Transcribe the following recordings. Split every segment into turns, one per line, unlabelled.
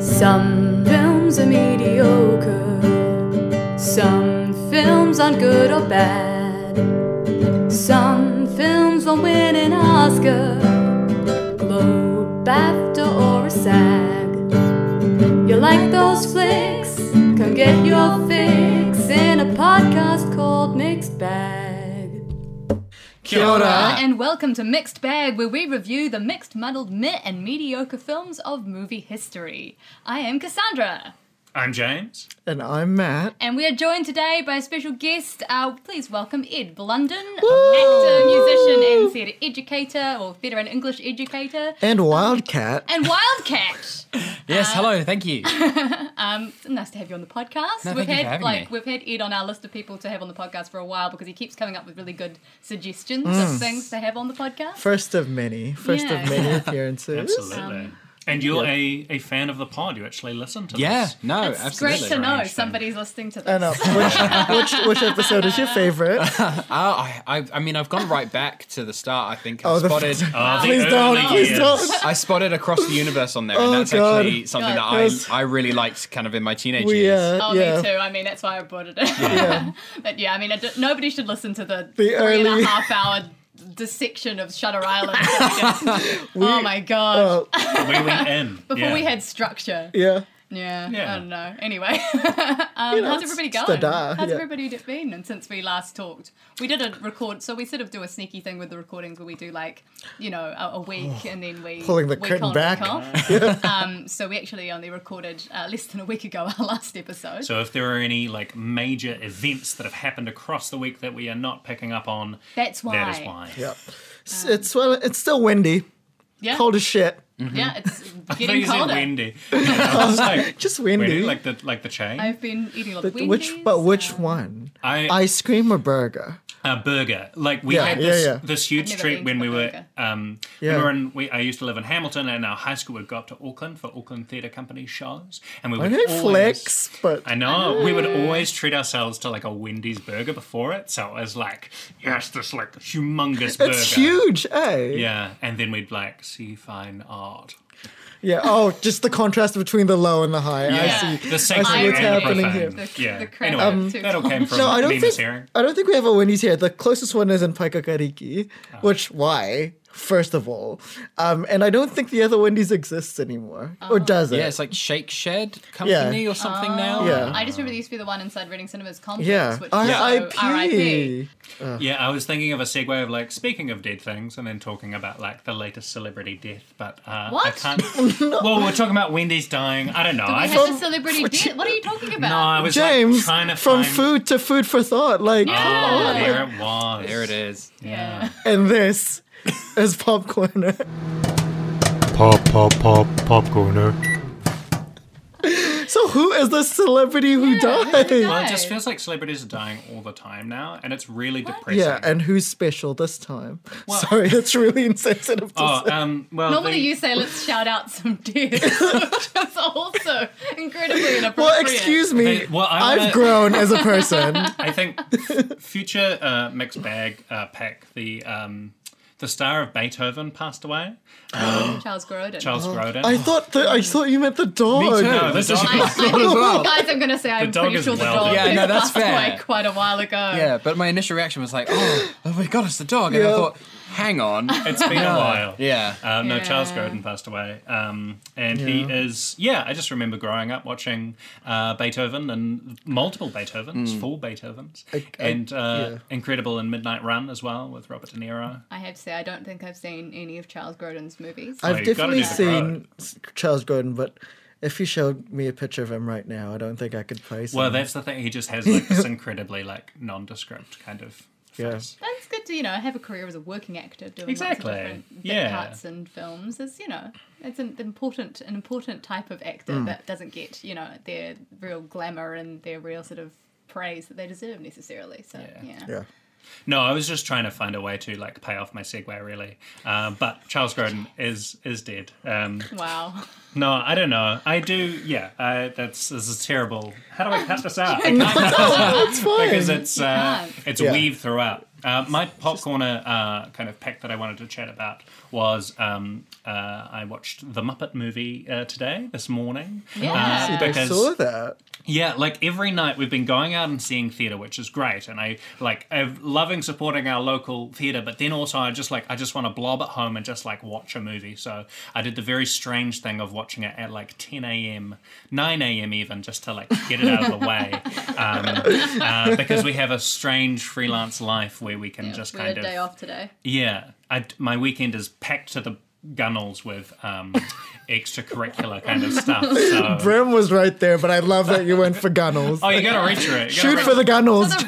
Some films are mediocre, some films aren't good or bad, some films won't win an Oscar, Globe, BAFTA, or a SAG. You like those flicks? Come get your fix in a podcast called Mixed Bag.
Kia
Uh-huh.
ora.
And welcome to Mixed Bag, where we review the mixed, muddled, meh, and mediocre films of movie history. I am Cassandra,
I'm James.
And I'm Matt.
and we are joined today by a special guest. Uh, please welcome Ed Blunden, actor, musician, and theatre educator, or theatre and English educator,
And Wildcat.
and Wildcat.
Yes, hello, thank you.
It's nice to have you on the podcast.
No,
we've
thank you
had
for having
like
me.
we've had Ed on our list of people to have on the podcast for a while because he keeps coming up with really good suggestions
Mm.
of things to have on the podcast.
First of many. First
Yeah.
of many appearances.
Absolutely. and you're a, a fan of the pod. You actually listen to
Yeah,
this.
no,
it's
Oh, absolutely.
great to know
Strange thing.
somebody's listening to this.
And uh, which, which which episode is your favorite?
Oh, I, I, I mean, I've gone right back to the start. I think
Oh,
I
the
spotted,
Oh, the
please don't,
early
please
years.
don't.
I spotted across the universe on there, and
Oh,
that's
God.
actually something
God.
Yes.
that I, I really liked, kind of in my teenage
We
years.
uh,
Oh,
yeah.
me too. I mean, that's why I brought it in.
Yeah.
but yeah, I mean, I d- nobody should listen to the,
The
three and a
early-
half hour dissection of Shutter Island. oh my god!
Uh,
We went in.
Before
yeah.
we had structure.
yeah.
Yeah,
Yeah.
I don't know. Anyway, um,
You know,
how's
it's-
everybody
it's
going?
the da,
how's
yeah.
everybody d- been? And since we last talked, we did a record, so we sort of do a sneaky thing with the recordings where we do like, you know, a, a week and then we
Oh, Pulling the
week
curtain
on, week
back.
off. um, so we actually only recorded uh, less than a week ago our last episode.
So if there are any like major events that have happened across the week that we are not picking up on,
That's why.
that is why.
Yeah. It's, it's well it's still windy.
Yeah.
Cold as shit.
Yeah, it's
Mm. I thought
getting
you said
colder.
windy. I was like,
Just
windy,
windy.
like the like the chain.
I've been eating a lot of
But
Wendy's.
which but which one?
I,
Ice cream or burger?
a burger. Like we
Yeah,
had
yeah,
this
yeah.
this huge
I've never
treat
been
when
to
we
a
were
burger.
um
Yeah.
when we were in we, I used to live in Hamilton and our high school would go up to Auckland for Auckland Theatre Company shows and we
I
would
know
always-
flicks, but
I know. We would
Ah.
always treat ourselves to like a Wendy's burger before it. So it was like, yes, this like humongous burger.
it's huge, eh?
Yeah. And then we'd like see fine art.
Yeah. Oh, just the contrast between the low and the high. I see.
The sacred
see what's
and the
happening
profane.
here.
Yeah.
The crap
anyway,
Um,
that all came from
No, I don't
Nina's
think
hearing.
I don't think we have a Wendy's here. The closest one is in Paikakariki,
Oh.
which why? First of all, um, and I don't think the other Wendy's exists anymore,
Oh.
or does it?
Yeah, it's like Shake Shed Company or
Oh.
something now.
Ah.
Yeah.
Oh, I just remember there used to be the one inside Reading Cinemas complex,
yeah.
which is
R.I.P.
also RIP.
Yeah, I was thinking of a segue of like speaking of dead things and then talking about like the latest celebrity death, but uh, I
What?
can't. well, we're talking about Wendy's dying. I don't know.
We
I
had
thought,
the celebrity death. What are you talking
no,
about?
I was like,
James
trying to
from
find.
food to food for thought, like,
Oh,
Yeah.
there it was.
There it is.
yeah.
and this is popcorn.
Pop, pop, pop, popcorner.
so who is the celebrity who
Yeah, who
died?
died?
Well, it just feels like celebrities are dying all the time now, and it's really depressing.
Yeah, and who's special this time? Sorry, it's really insensitive to
Oh,
say.
um, well,
Normally
the-
you say let's shout out some deaths, which is also incredibly inappropriate.
Well, excuse me.
They- well, I
I've
wanna-
grown as a person.
I think f- future uh, mixed bag uh, pack the um, the star of Beethoven passed away.
Charles Grodin.
Charles Grodin.
Oh, I thought that I thought you meant the dog.
Me too.
No,
this
the
is
dog-
your thought
Oh,
as well.
Guys, I'm going to say I'm
dog
pretty
is
sure the
well
dog
dead.
Yeah, no, that's
passed away
fair.
quite a while ago.
Yeah, but my initial reaction was like, oh, oh my god, it's the dog. And
Yeah.
I thought, hang on.
it's been a while.
Yeah.
Uh, no,
Yeah.
Charles Grodin passed away, um, and he is yeah. I just remember growing up watching uh, Beethoven and multiple Beethovens, full Beethovens,
Mm. I-
and uh,
yeah.
Incredible and Midnight Run as well with Robert De Niro.
I have to say, I don't think I've seen any of Charles Grodin's movies.
I've
you gotta
definitely
do the
seen S- Charles Gordon, but if you showed me a picture of him right now, I don't think I could place
Well,
him.
that's the thing. He just has like this incredibly like nondescript kind of
Yeah.
face.
That's good to you know have a career as a working actor doing
Exactly.
lots of different bit
Yeah.
parts in films. Is you know it's an important an important type of actor
Mm.
that doesn't get you know their real glamour and their real sort of praise that they deserve necessarily. So yeah,
yeah.
No, I was just trying to find a way to like pay off my segue, really. Um, but Charles Grodin is is dead. Um,
wow.
no, I don't know. I do. Yeah, I, that's this is terrible. How do I cut this out? I can't
No, it's fine.
because it's uh,
can't.
it's
Yeah.
weaved throughout. Uh, my pop corner uh, kind of pick that I wanted to chat about was um, uh, I watched the Muppet movie uh, today, this morning.
Yeah.
Uh,
See,
I
because-
saw that.
yeah, like every night we've been going out and seeing theatre, which is great, and I like I'm loving supporting our local theatre. But then also, I just like I just want to blob at home and just like watch a movie. So I did the very strange thing of watching it at like 10 a.m., 9 a.m. even, just to like get it out of the way, um, uh, because we have a strange freelance life where we can just
we had
kind
a
of
day off today.
yeah, I, my weekend is packed to the gunnels with um, extracurricular kind of stuff. So.
Brim was right there, but I love that you went for gunnels.
Oh, you gotta reach for it. You gotta
Shoot
reach
for the gunnels.
The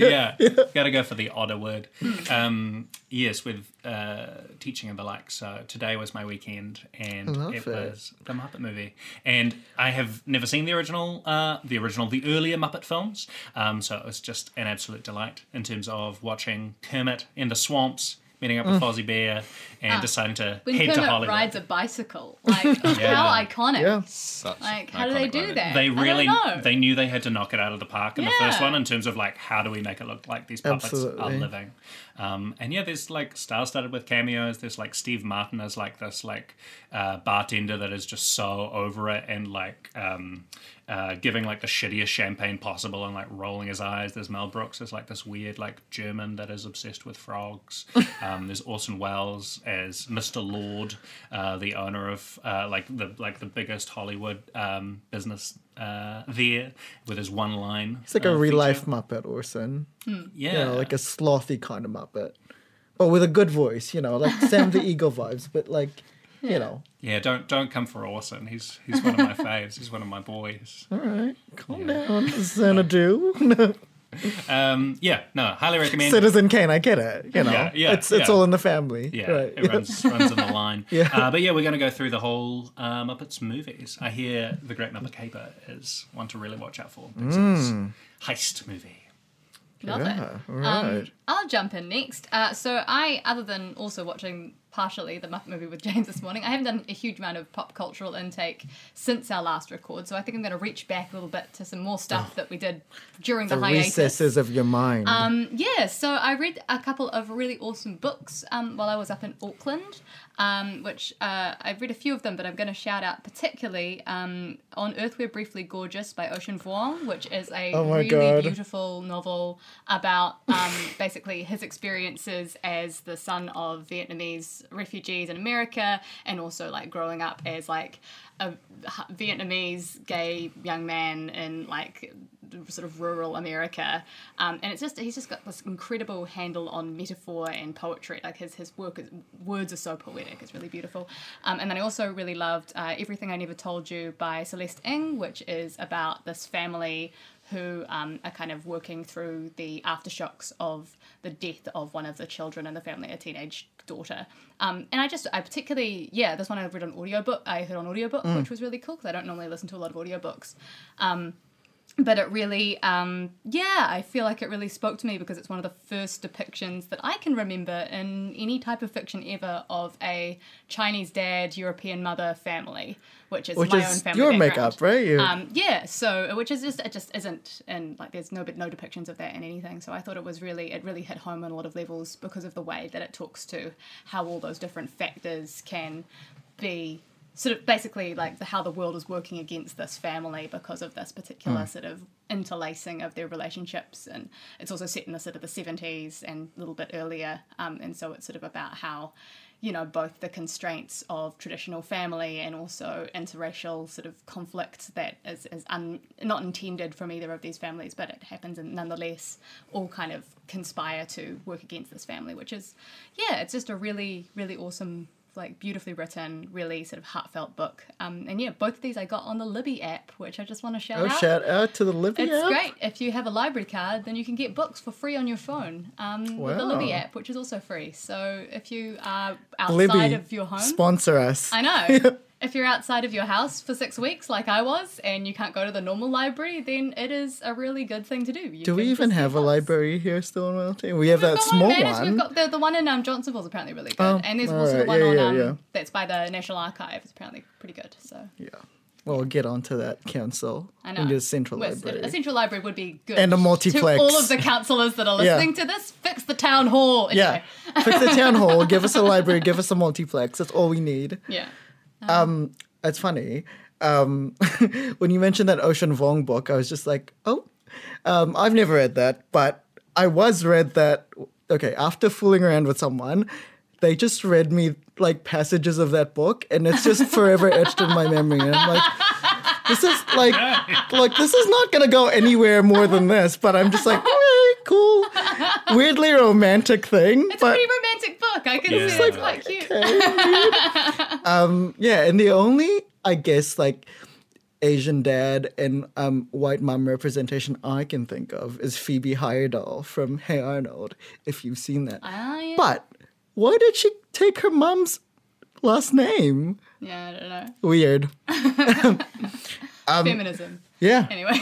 yeah, gotta go for the odder word. Um, yes, with uh, teaching and the like. So today was my weekend, and
love
it,
it.
was the Muppet movie. And I have never seen the original, uh, the original, the earlier Muppet films. Um, so it was just an absolute delight in terms of watching Kermit in the swamps, meeting up with Fozzie Bear, and deciding to
Ah, When
head to
Kermit
Hollywood.
rides a bicycle, like how
Yeah.
iconic!
Yeah.
Such
Like
an
how do they
iconic
do
moment.
that?
they really
I don't know.
they knew they had to knock it out of the park in the
Yeah.
first one in terms of like how do we make it look like these puppets are
Absolutely.
living um, and yeah there's like star studded with cameos there's like steve martin as like this like uh, bartender that is just so over it and like um, uh, giving like the shittiest champagne possible and like rolling his eyes there's mel brooks as like this weird like german that is obsessed with frogs um, there's orson welles as mr lord uh, the owner of uh, like the like the biggest hollywood um, business uh, there with his one line. uh,
It's like a real life Muppet, Orson.
yeah,
You know, like a slothy kind of Muppet, but with a good voice. You know, like Sam the Eagle vibes, but like, you know,
yeah. Don't don't come for Orson. He's he's one of my faves. He's one of my boys.
all right, calm down, Xanadu,
Um, yeah, no, highly recommend.
Citizen Kane. I get it. You know,
Yeah, yeah,
it's it's
yeah.
all in the family.
yeah,
right.
it runs, runs on the line.
Yeah.
Uh, but yeah, we're going to go through the whole uh, Muppets movies. I hear The Great Muppet Caper is one to really watch out for. because it's
Mm.
a heist movie.
Love
Yeah,
it. Um,
right.
I'll jump in next. Uh, so I, other than also watching partially the Muppet movie with James this morning, I haven't done a huge amount of pop cultural intake since our last record. So I think I'm going to reach back a little bit to some more stuff that we did during the,
Oh. the
hiatus.
recesses of your mind.
Um, yeah, so I read a couple of really awesome books um, while I was up in Auckland, um, which uh, I've read a few of them, but I'm going to shout out particularly um, On Earth We're Briefly Gorgeous by Ocean Vuong, which is a
Oh my
really
God.
beautiful novel about um, basically his experiences as the son of Vietnamese refugees in America and also like growing up as like a h- Vietnamese gay young man in like sort of rural America, um, and it's just he's just got this incredible handle on metaphor and poetry. Like his his work is, words are so poetic. It's really beautiful. Um, and then I also really loved uh, Everything I Never Told You by Celeste Ng, which is about this family who um, are kind of working through the aftershocks of the death of one of the children in the family, a teenage daughter. Um, and I just, I particularly, yeah, this one I read on audiobook, I heard on audiobook,
Mm.
which was really cool because I don't normally listen to a lot of audiobooks. Um, but it really, um, yeah, I feel like it really spoke to me because it's one of the first depictions that I can remember in any type of fiction ever of a Chinese dad, European mother family, which is
which
my own
is
family.
your
background.
makeup, right? You,
Um, yeah, so which is just it just isn't, and like there's no bit no depictions of that in anything. So I thought it was really it really hit home on a lot of levels because of the way that it talks to how all those different factors can be sort of basically like the, how the world is working against this family because of this particular sort of interlacing of their relationships and it's also set in the sort of the 70s and a little bit earlier um, and so it's sort of about how you know both the constraints of traditional family and also interracial sort of conflict that is, is un, not intended from either of these families but it happens and nonetheless all kind of conspire to work against this family which is yeah it's just a really really awesome like beautifully written really sort of heartfelt book um, and yeah both of these i got on the libby app which i just want to shout
oh,
out
shout out to the Libya.
it's great. If you have a library card, then you can get books for free on your phone um, with the
Wow.
Libby app, which is also free. So if you are outside
Libby,
of your home,
sponsor us.
I know. if you're outside of your house for six weeks, like I was, and you can't go to the normal library, then it is a really good thing to do. You
Do we
can
even
just
have
get
a
books.
library here still in Wellington? We have
We've
that
got
small
in Manus,
one.
We've got the, the one in um, Johnsonville's apparently really good,
Oh,
and there's
all
also the
right.
one
Yeah,
on
yeah,
um,
yeah.
that's by the National Archive. It's apparently pretty good. So
yeah. Well, we'll get onto that council.
I know.
Into the central
Well,
library.
A central library would be good.
And a multiplex.
To all of the councillors that are
Yeah.
listening to this, fix the town hall.
yeah.
Anyway,
Fix the town hall, give us a library, give us a multiplex. That's all we need.
yeah.
It's funny. Um, when you mentioned that Ocean Vong book, I was just like, oh, um, I've never read that, but I was read that. Okay, after fooling around with someone, they just read me like passages of that book, and it's just forever etched in my memory. And I'm like, this is like, like this is not gonna go anywhere more than this. But I'm just like, "Eh, cool, weirdly romantic thing.
It's a
but
pretty romantic book. I can
Yeah.
see
It's
it's quite cute.
Yeah, and the only, I guess, like Asian dad and um, white mum representation I can think of is Phoebe Heyerdahl from Hey Arnold, if you've seen that.
Ah, yeah.
But why did she take her mum's last name?
yeah, I don't know.
Weird. um,
Feminism.
Yeah.
Anyway.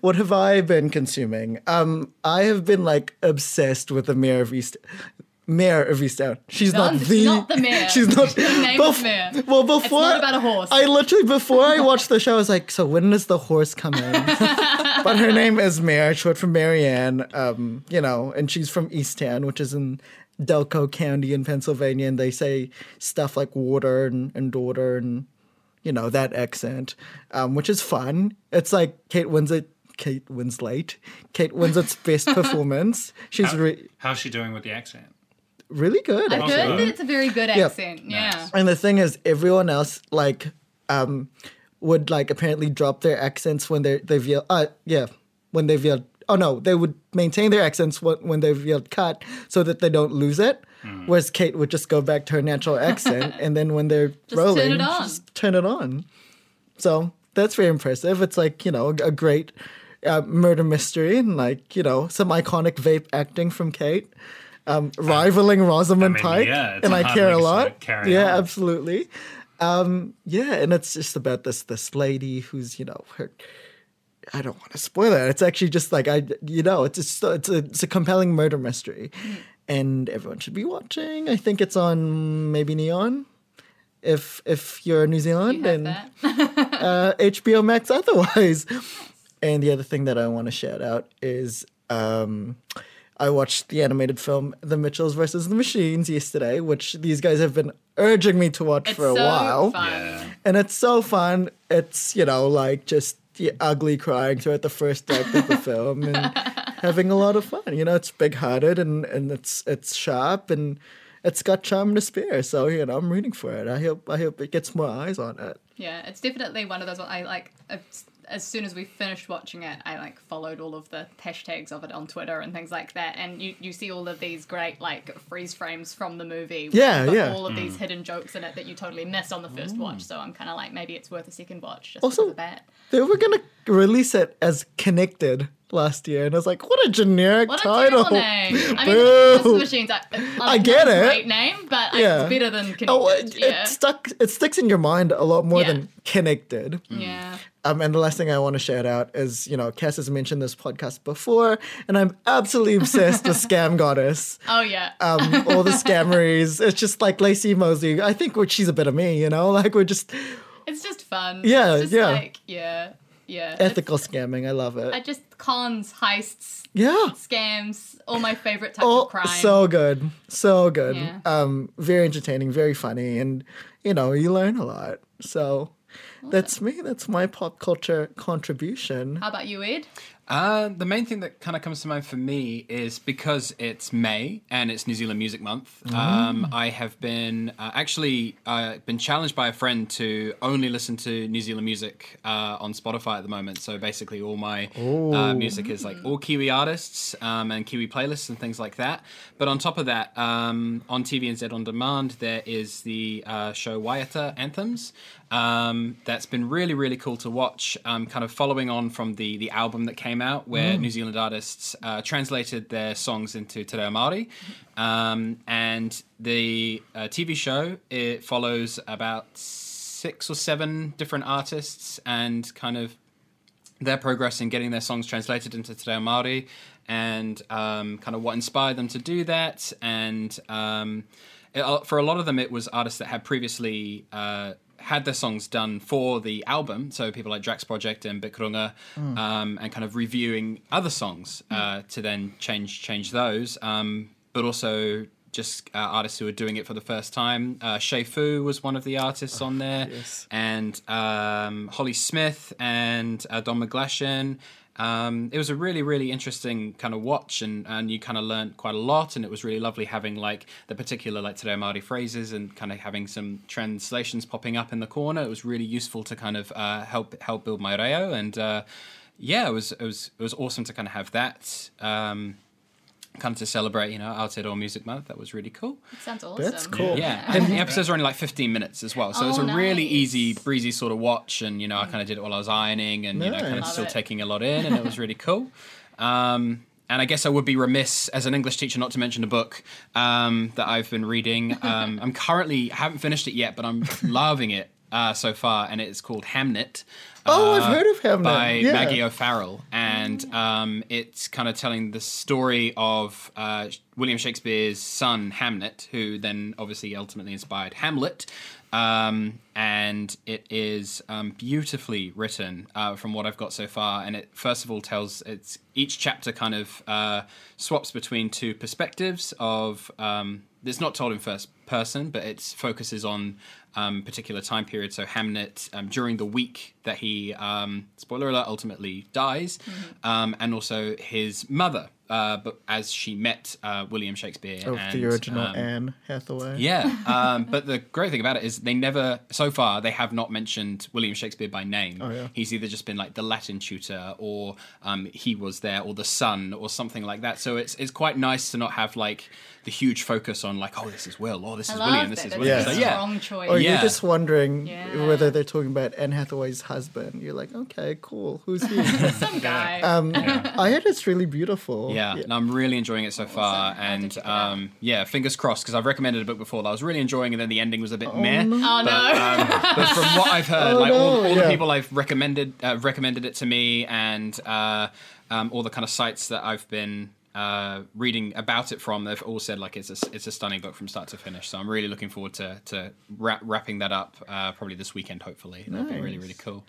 What have I been consuming? Um, I have been like obsessed with the mayor of East. Mayor of Easttown. She's
No,
not
it's
the.
not the mayor.
She's not
The name of mayor.
Well, before
not about a horse.
I literally before I watched the show, I was like, so when does the horse come in? but her name is Mayor, short for Marianne. Um, you know, and she's from Easttown, which is in Delco County in Pennsylvania, and they say stuff like water and, and daughter and you know that accent, um, which is fun. It's like Kate Winslet, Kate Winslet, Kate Winslet's best performance. She's re-
How's she doing with the accent?
really good.
I've
actually.
heard
Also-
that it's a very good accent. Yeah.
Nice.
And the thing is, everyone else like um would like apparently drop their accents when they they've yelled. Uh, yeah, when they've yelled. Oh no, they would maintain their accents when, when they've yelled cut so that they don't lose it.
Hmm.
Whereas Kate would just go back to her natural accent, and then when they're rolling,
it on.
just turn it on. So that's very impressive. It's like you know a great uh, murder mystery and like you know some iconic vape acting from Kate. Um, rivaling Rosamund
mean,
Pike,
yeah, it's
and
a
I
hard
care a
legacy to
lot.
carry
Yeah,
on.
absolutely. Um, yeah, and it's just about this this lady who's you know her. I don't want to spoil it. It's actually just like I you know it's just, it's a it's a compelling murder mystery,
Mm.
and everyone should be watching. I think it's on maybe Neon, if if you're in New Zealand
You have
and
that.
uh, HBO Max otherwise. And the other thing that I want to shout out is um, I watched the animated film The Mitchells versus the Machines yesterday, which these guys have been urging me to watch
It's
for a
so
while.
fun.
And it's so fun. It's, you know, like just the ugly crying throughout the first act of the film and having a lot of fun. You know, it's big hearted and, and it's it's sharp and it's got charm to spare. So, you know, I'm rooting for it. I hope I hope it gets more eyes on it.
Yeah, it's definitely one of those. I like as- as soon as we finished watching it, I like followed all of the hashtags of it on Twitter and things like that, and you you see all of these great like freeze frames from the movie. with
Yeah,
the-
yeah. Oh.
All of these hidden jokes in it that you totally missed on the first watch. So I'm kind of like maybe it's worth a second watch just
Also-
because of that.
They were gonna release it as connected last year, and I was like, "What a generic
What a
title!"
terrible name! I mean, this
Boo.
is machines. I, I,
get
it's a
it.
Great name, but
Yeah.
it's better than connected.
Oh, it,
yeah.
it stuck. It sticks in your mind a lot more
Yeah.
than connected.
yeah.
Um, and the last thing I want to shout out is, you know, Cass has mentioned this podcast before, and I'm absolutely obsessed with Scam Goddess.
Oh yeah.
um, all the scammeries. It's just like Lacey Mosley. I think we're- she's a bit of me, you know. Like we're just
it's just fun.
yeah,
It's just
yeah.
Like, yeah. Yeah. It's-
ethical scamming. I love it.
I just cons, heists,
yeah.
scams, all my favorite types
Oh,
of crime.
so good, so good.
Yeah.
Um, very entertaining, very funny, and you know you learn a lot. So that's me. That's my pop culture contribution.
How about you, Ed?
Uh, the main thing that kind of comes to mind for me is because it's May and it's New Zealand Music Month. Um, I have been uh, actually uh, been challenged by a friend to only listen to New Zealand music uh, on Spotify at the moment. So basically, all my uh, music is like all Kiwi artists um, and Kiwi playlists and things like that. But on top of that, um, on TVNZ on demand, there is the uh, show Waiata Anthems. Um, that's been really, really cool to watch. Um, kind of following on from the the album that came out, where New Zealand artists uh, translated their songs into Te Reo Māori, um, and the uh, TV show it follows about six or seven different artists and kind of their progress in getting their songs translated into Te Reo Māori and um, kind of what inspired them to do that. And um, it, uh, for a lot of them, it was artists that had previously uh, had their songs done for the album. So people like Drax Project and Bikrunga, um, and kind of reviewing other songs uh, to then change change those. Um, but also just uh, artists who were doing it for the first time. Uh, Shea Fu was one of the artists on there, and um, Holly Smith and uh, Don McGlashan. Um, it was a really, really interesting kind of watch, and, and you kind of learned quite a lot. And it was really lovely having like the particular like today Māori phrases and kind of having some translations popping up in the corner. It was really useful to kind of uh, help help build my reo, and uh, yeah, it was it was it was awesome to kind of have that. Um, kind of to celebrate, you know, Aotearoa Music Month. That was really cool.
Sounds awesome.
That's cool.
Yeah, and the episodes are only like 15 minutes as well, so it's a
Oh,
really
nice.
easy, breezy sort of watch. And you know, I kind of did it while I was ironing, and you know, kind of
Nice.
still
Love it.
taking a lot in, and it was really cool. Um, and I guess I would be remiss as an English teacher not to mention a book um, that I've been reading. Um, I'm currently haven't finished it yet, but I'm loving it uh, so far, and it's called Hamnet.
Oh, I've
uh,
heard of Hamnet.
by
yeah.
Maggie O'Farrell, and um, it's kind of telling the story of uh, William Shakespeare's son Hamnet, who then obviously ultimately inspired Hamlet. Um, and it is um, beautifully written uh, from what I've got so far. And it first of all tells it's each chapter kind of uh, swaps between two perspectives of um, it's not told in first person, but it focuses on um, particular time period. So Hamnet um, during the week that he, um, spoiler alert, ultimately dies,
Mm-hmm.
um, and also his mother, uh, but as she met uh, William Shakespeare
Of
and
the original
um,
Anne Hathaway.
yeah, um, but the great thing about it is they never, so far, they have not mentioned William Shakespeare by name.
Oh, yeah.
He's either just been like the Latin tutor, or um, he was there, or the son, or something like that. So it's it's quite nice to not have like the huge focus on like, oh, this is Will, or this
I
is
love
William, this
that.
is
That's
William.
Yeah.
a
So yeah,
strong choice.
Or
Yeah.
you're just wondering
Yeah.
whether they're talking about Anne Hathaway's husband. You're like, okay, cool. Who's he?
Some guy.
um, I heard it's really beautiful.
Yeah, and I'm really enjoying it so far.
Awesome. I'll
And
check it out.
um, yeah, fingers crossed because I've recommended a book before that I was really enjoying, and then the ending was a bit meh.
oh no.
um, but from what I've heard,
Oh,
like all,
no,
all the
yeah.
people I've recommended uh, recommended it to me, and uh, um, all the kind of sites that I've been uh, reading about it from, they've all said like it's a it's a stunning book from start to finish. So I'm really looking forward to to wrap, wrapping that up uh, probably this weekend. Hopefully, that'll be really really cool.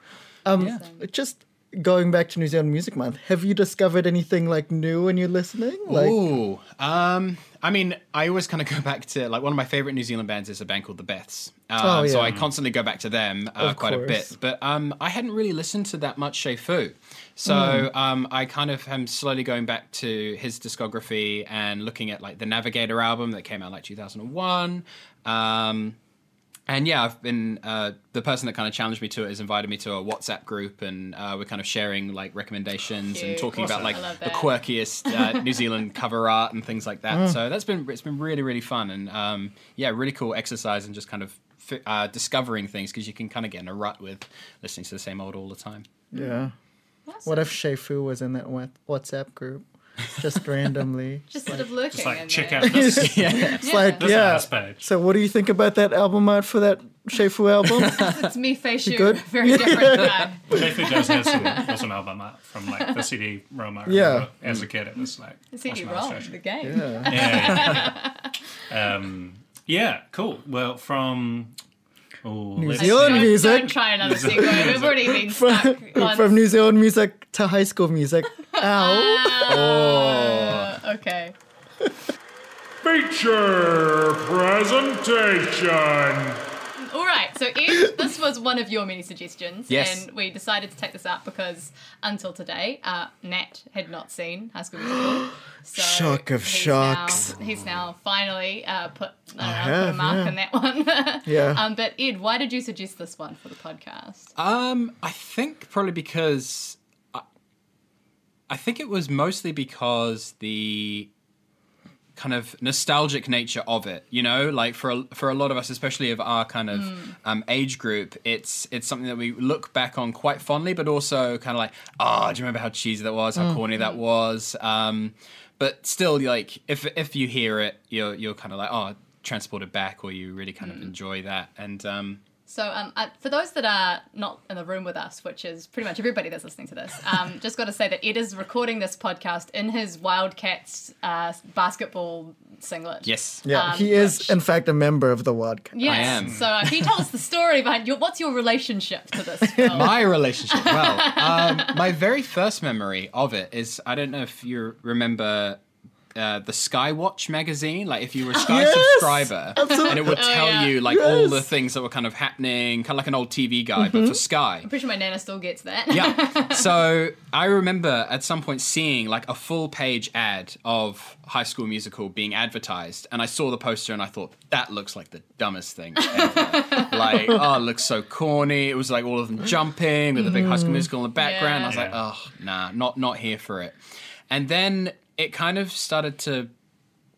Um, Just going back to New Zealand Music Month, have you discovered anything like new when you're listening? Like,
Ooh, um, I mean, I always kind of go back to like one of my favorite New Zealand bands is a band called The Beths. Um,
Oh,
So
yeah.
I constantly go back to them uh,
Of
quite a
course.
bit. But um, I hadn't really listened to that much Shea Fu. So
Hmm.
um, I kind of am slowly going back to his discography and looking at like the Navigator album that came out like 2001. Um, and yeah, I've been uh, the person that kind of challenged me to it has invited me to a WhatsApp group, and uh, we're kind of sharing like recommendations and
Cute.
talking about
Awesome.
like
I love
the
that.
quirkiest uh, New Zealand cover art and things like that. So that's been it's been really really fun and um, yeah, really cool exercise and just kind of fi- uh, discovering things because you can kind of get in a rut with listening to the same old all the time.
yeah.
Awesome.
What if Shafu was in that wa- WhatsApp group, just randomly?
Just sort of looking.
It's like
and
check
then-
out this, this
Yeah,
It's like,
This
yeah.
last page.
So, what do you think about that album art for that Shafu album?
It's me, face you.
good?
Very different guy.
Shafu does have some awesome album art from like the CD Roma. I
Yeah.
remember As a kid, it was like
I think
much
you're
more
wrong.
illustration.
The game.
yeah.
Yeah. yeah. um, yeah. Cool. Well, from oh, let's
Don't-
Zealand. Your
see.
don't-
music.
Don't try another single. We've already been stuck once.
From New Zealand music to high school music. Ow.
Uh, okay.
Feature presentation.
All right. So Ed, this was one of your many suggestions,
Yes.
and we decided to take this up because until today, uh, Nat had not seen High School Musical. So
Shock of
he's
shocks.
Now, he's now finally uh, put, I
I
don't know, put a
have,
mark
yeah.
on that one.
Yeah. Uh,
Um, but Ed, why did you suggest this one for the podcast?
Um, I think probably because uh, I, I think it was mostly because the kind of nostalgic nature of it. You know, like for a, for a lot of us, especially of our kind of um, age group, it's it's something that we look back on quite fondly, but also kind of like, oh, do you remember how cheesy that was? How corny that was? Um, but still, like if if you hear it, you're you're kind of like, oh, transported back, or you really kind of enjoy that, and. Um,
So, um,
uh,
I, for those that are not in the room with us, which is pretty much everybody that's listening to this, um, just got to say that Ed is recording this podcast in his Wildcats uh, basketball singlet.
Yes.
Yeah,
Um,
he is
which-
in fact a member of the Wildcat.
Yes.
I am.
So, uh, can you tell us the story behind your? What's your relationship to this? Film?
my relationship. Well, um, my very first memory of it is I don't know if you remember uh, the Skywatch magazine. Like if you were a Sky
Yes!
subscriber, and it would
Oh,
tell
yeah.
you like all
Yes. Mm-hmm.
the things that were kind of happening, kind of like an old TV guide, but for Sky.
pretty sure my nana still gets that.
Yeah. So I remember at some point seeing like a full page ad of High School Musical being advertised, and I saw the poster and I thought that looks like the dumbest thing ever. like, oh, it looks so corny. It was like all of them jumping with a big High School Musical in the background. I was like,
Yeah.
oh, nah, not not here for it. And then it kind of started to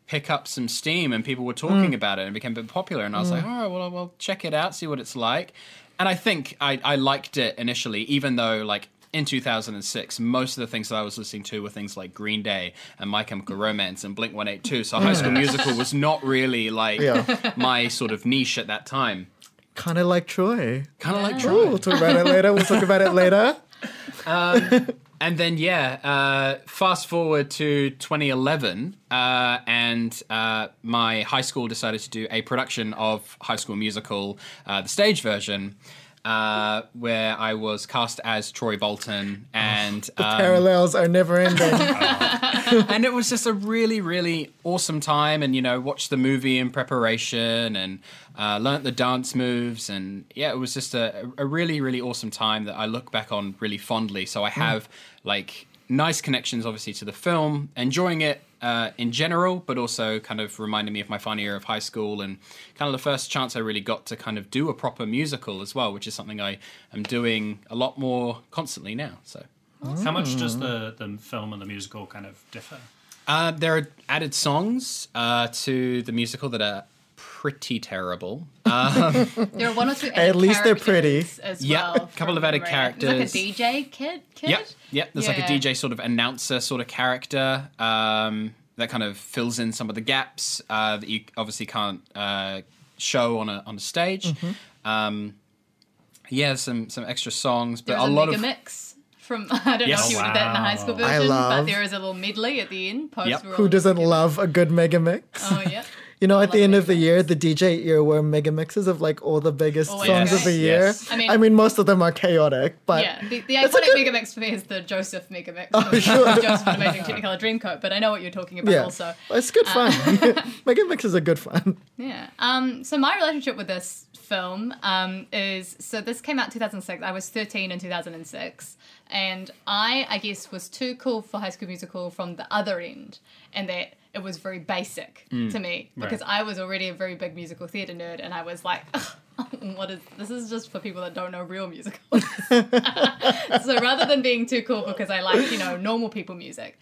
pick up some steam and people were talking about it and it became a bit popular and I was like, all right, well, well, check it out, see what it's like. And I think I, I liked it initially, even though like in 2006, most of the things that I was listening to were things like Green Day and My Chemical Romance and Blink 182. So High School Musical was not really like
Yeah.
my sort of niche at that time.
Kind of like Troy.
Kind of like
Ooh, we'll talk about it later. We'll talk about it later.
And then, yeah, uh, fast forward to 2011, uh, and uh, my high school decided to do a production of High School Musical, uh, the stage version, uh, where I was cast as Troy Bolton, and um,
Parallels are never ending.
and it was just a really, really awesome time. And you know, watched the movie in preparation, and uh, learnt the dance moves, and yeah, it was just a, a really, really awesome time that I look back on really fondly. So I have like nice connections, obviously, to the film, enjoying it. Uh, in general, but also kind of reminded me of my final year of high school and kind of the first chance I really got to kind of do a proper musical as well, which is something I am doing a lot more constantly now. So
How much does the, the film and the musical kind of differ?
Uh, there are added songs uh, to the musical that are pretty terrible. Uh,
There are one or two.
At
added
least they're pretty.
characters As
Yeah,
well.
a couple of
from
added
memory. There's
characters.
like a DJ kid. kid?
yep, yep. There's like a
Yeah.
DJ sort of announcer sort of character um, that kind of fills in some of the gaps uh, that you obviously can't uh, show on a on a stage.
Mm-hmm.
Um, yeah, some some extra songs, but
There's
a,
a,
lot
mega
of
mix from I don't know
Yes.
if you did that in the high school
Wow.
version,
I love-
but there is a little medley at the end. Post
Yep.
we're
Who
all
doesn't
together.
love a good mega mix?
Oh yeah.
You know, at the
love
end of the
Megamix.
year, the DJ earworm mega mixes of like all the biggest
Always
songs
great.
of the year.
Yes.
I
I
mean-
mean, most of them are chaotic, but Oh,
yeah, the, the
it's a
iconic
good-
mega mix for me is the Joseph mega mix. Joseph and Amazing Technicolor Dreamcoat, but I know what you're talking about
yeah,
also. uh,
it's good fun. mega mixes are good fun.
Yeah. Um, so my relationship with this film um, is so this came out in 2006. I was 13 in 2006, and I, I guess, was too cool for High School Musical from the other end, and that it was very basic to me because I was already a very big musical theatre nerd, and I was like. What is this? Is just for people that don't know real musicals. so rather than being too cool because I like you know normal people music,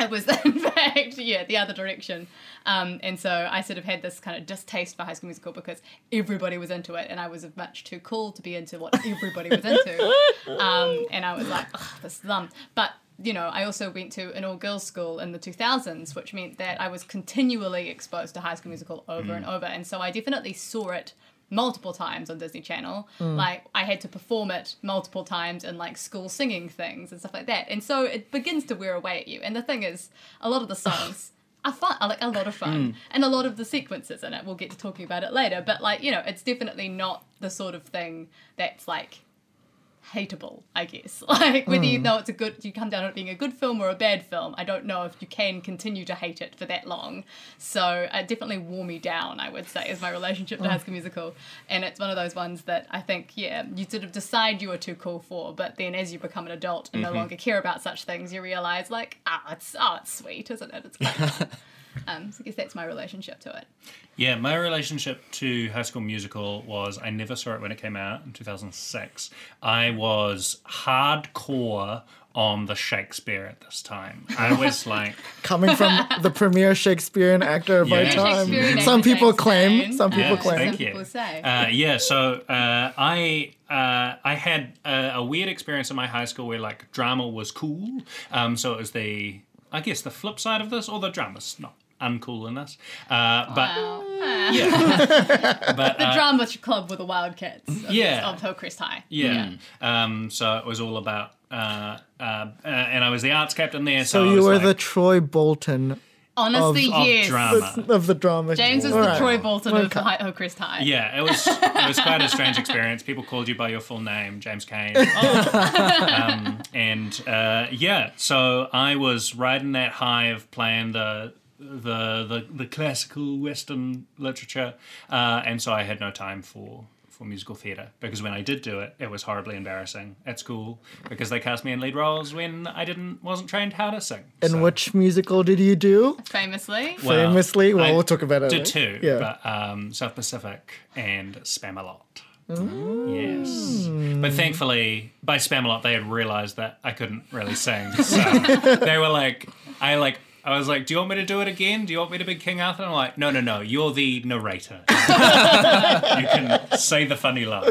it was in fact yeah the other direction um, and so i sort of had this kind of distaste for high school musical because everybody was into it and i was much too cool to be into what everybody was into um, and i was like "Ugh, this is dumb but you know i also went to an all-girls school in the 2000s which meant that i was continually exposed to high school musical over and over and so i definitely saw it multiple times on Disney Channel. Like I had to perform it multiple times in like school singing things and stuff like that. And so it begins to wear away at you. And the thing is, a lot of the songs are fun, are like a lot of fun, and a lot of the sequences in it. We'll get to talking about it later. But like you know, it's definitely not the sort of thing that's like hateable, I guess. Like whether you know it's a good, you come down on it being a good film or a bad film. I don't know if you can continue to hate it for that long. So it definitely wore me down. I would say is my relationship to High School Musical, and it's one of those ones that I think yeah, you sort of decide you are too cool for, but then as you become an adult and no longer care about such things, you realize like ah, it's ah, it's sweet, isn't it? It's quite fun. Um, so I guess that's my relationship to it.
Yeah, my relationship to High School Musical was I never saw it when it came out in 2006. I was hardcore on the Shakespeare at this time. I was like,
Coming from the premier Shakespearean actor of our
Yeah.
time,
Shakespearean
some
actor,
people
thanks,
claim,
Zane.
some people
Yes,
claim.
Thank you.
people say.
Uh, yeah, so uh, I uh, I had a, a weird experience in my high school where like drama was cool. Um, so it was the I guess the flip side of this, or the drama's not uncoolness. Uh, but
Wow.
but
The
uh,
drama club with the Wildcats of,
Yeah.
of Hillcrest High.
yeah.
Hmm.
Um, so it was all about. Uh, uh, and I was the arts captain there. So,
So
I
you
was
were
like,
the Troy Bolton
Honestly,
of
yes.
drama.
of the drama.
James is the
All right.
Troy Bolton of High, Hillcrest High.
Yeah, it was it was quite a strange experience. People called you by your full name, James Kane,
Oh.
um, and uh, yeah, so I was riding that high of playing the. The, the the classical Western literature, uh, and so I had no time for for musical theatre because when I did do it, it was horribly embarrassing at school because they cast me in lead roles when I didn't wasn't trained how to sing.
And
So-
which musical did you do?
Famously.
famously? Well,
I
we'll talk about it
Did
later.
two,
Yeah.
but um, South Pacific and Spamalot. Yes, but thankfully by Spamalot they had realised that I couldn't really sing, so they were like, I like. I was like, "Do you want me to do it again? Do you want me to be King Arthur?" And I'm like, "No, no, no. You're the narrator. you can say the funny line,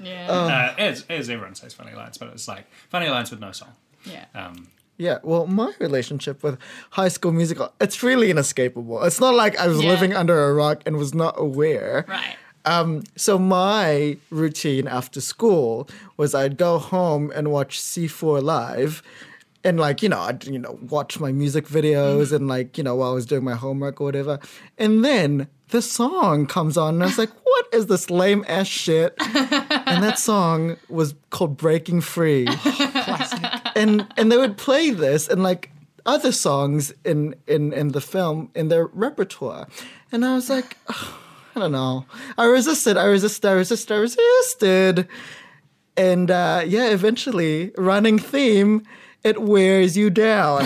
Yeah.
uh, as, as everyone says funny lines, but it's like funny lines with no song."
yeah.
Um,
Yeah, well, my relationship with High School Musical, it's really inescapable. It's not like I was
Yeah.
living under a rock and was not aware.
right.
So my routine after school was I'd go home and watch C4 live and like, you know, I'd you know, watch my music videos and like, you know, while I was doing my homework or whatever. And then the song comes on and I was like, what is this lame ass shit? and that song was called Breaking Free. and and they would play this and like other songs in in in the film in their repertoire. And I was like, I don't know. I resisted. I resisted. I resisted. I resisted. And uh, yeah, eventually, running theme, it wears you down.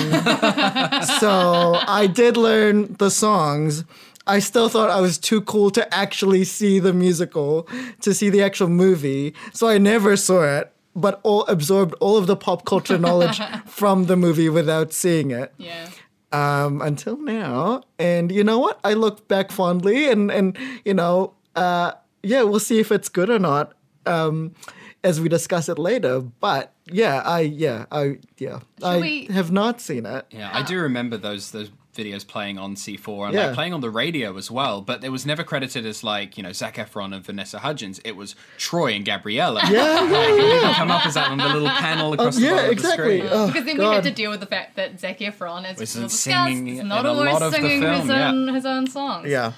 so I did learn the songs. I still thought I was too cool to actually see the musical, to see the actual movie. So I never saw it, but all absorbed all of the pop culture knowledge from the movie without seeing it
Yeah.
um, until now. And you know what? I look back fondly, and and you know, uh, yeah, we'll see if it's good or not um, as we discuss it later. But yeah, I yeah I yeah I
we-
have not seen it.
Yeah, I
Ah.
do remember those those videos playing on C4 and
Yeah.
like playing on the radio as well. But it was never credited as like you know Zac Efron and Vanessa Hudgens. It was Troy and Gabriella.
Yeah, yeah, yeah.
People come up as that on the little panel across the
Um, yeah,
bottom
exactly.
of the screen.
Oh,
Because then we
God.
had to deal with the fact that Zac Efron, as
Was
we'll discuss,
singing
is
in
not
a
always
lot of the
singing his,
film, yeah.
own, his own songs.
yeah.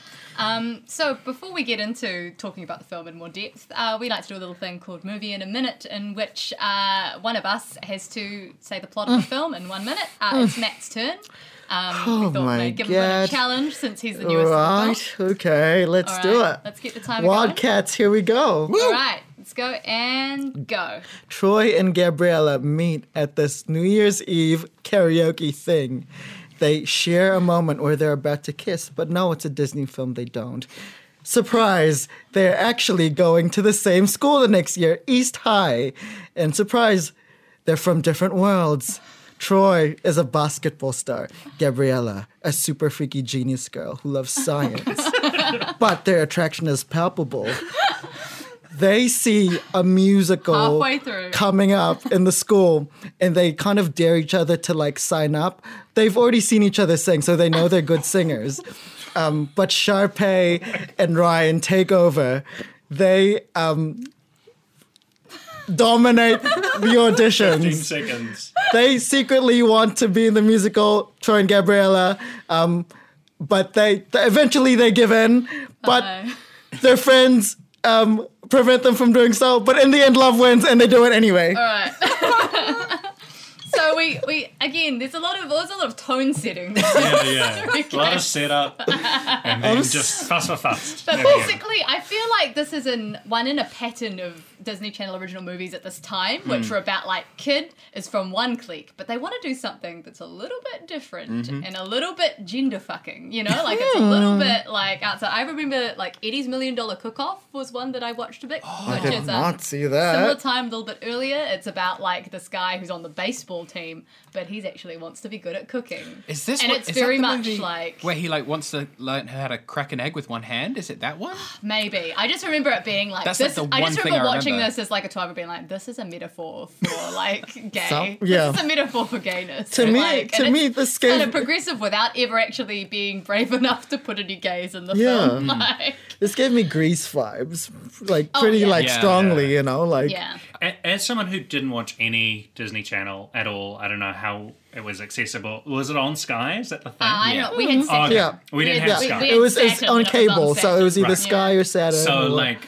So before we get into talking about the film in more depth, uh, we like to do a little thing called Movie in a Minute, in which uh, one of us has to say the plot of the film in one minute. Uh, it's Matt's turn. Um, we thought
Oh my
we'd give him a little
God.
challenge since he's the newest.
Right. Okay. Let's
All
do
right,
it.
Let's get the timer going.
Wildcats. Here we go.
All right, let's go and go.
Troy and Gabriella meet at this New Year's Eve karaoke thing. They share a moment where they're about to kiss, but no, it's a Disney film, they don't. Surprise, they're actually going to the same school the next year, East High. And surprise, they're from different worlds. Troy is a basketball star, Gabriella, a super freaky genius girl who loves science. but their attraction is palpable. They see a musical
Halfway through.
coming up in the school and they kind of dare each other to like sign up. They've already seen each other sing, so they know they're good singers. Um, but Sharpay and Ryan take over. They um, dominate the
Fifteen
auditions.
seconds.
They secretly want to be in the musical, Troy and Gabriella. Um, but they, they eventually they give in. But
Uh,
their friends um, prevent them from doing so. But in the end, love wins, and they do it anyway.
so we, we again, there's a lot of there's a lot of tone setting.
Yeah, yeah. A lot
Okay.
of setup, and then just fast for fast.
But
There we go.
basically, I feel like this is in one in a pattern of Disney Channel original movies at this time,
Hmm.
which were about like kid is from one clique, but they want to do something that's a little bit different
Mm-hmm.
and a little bit gender fucking, you know, like it's a little bit like outside. I remember like Eddie's Million Dollar Cook Off was one that I watched a bit,
Oh,
which is a
see
similar time a little bit earlier. It's about like this guy who's on the baseball team, but he's actually wants to be good at cooking.
Is this
and
what-
it's
is that
very
the
much
movie
like
where he like wants to learn how to crack an egg with one hand? Is it that one?
Maybe. I just remember it being like
That's, like,
this.
the
I just
one thing I
remember watching reading
either.
this as like a 12 and being like, this is a metaphor for like gay.
Some- yeah.
This is a metaphor for gayness.
To me-
like,
to
and
me,
it's
this
kind
gave-
of progressive without ever actually being brave enough to put any gays in the
Yeah. Hmm.
film. Like,
This gave me Grease vibes, like
Oh,
pretty
yeah.
like
Yeah,
strongly,
yeah.
you know, like
yeah.
A- As someone who didn't watch any Disney Channel at all, I don't know how it was accessible. Was it on Sky? Is that the thing?
Uh, I
Yeah.
know. We had
Oh, okay.
Yeah.
We didn't
Yeah.
have Sky.
We-
it was it's
Saturn,
on
it was on
cable, so it was either
Saturn.
Sky or Saturn.
so
or-
like,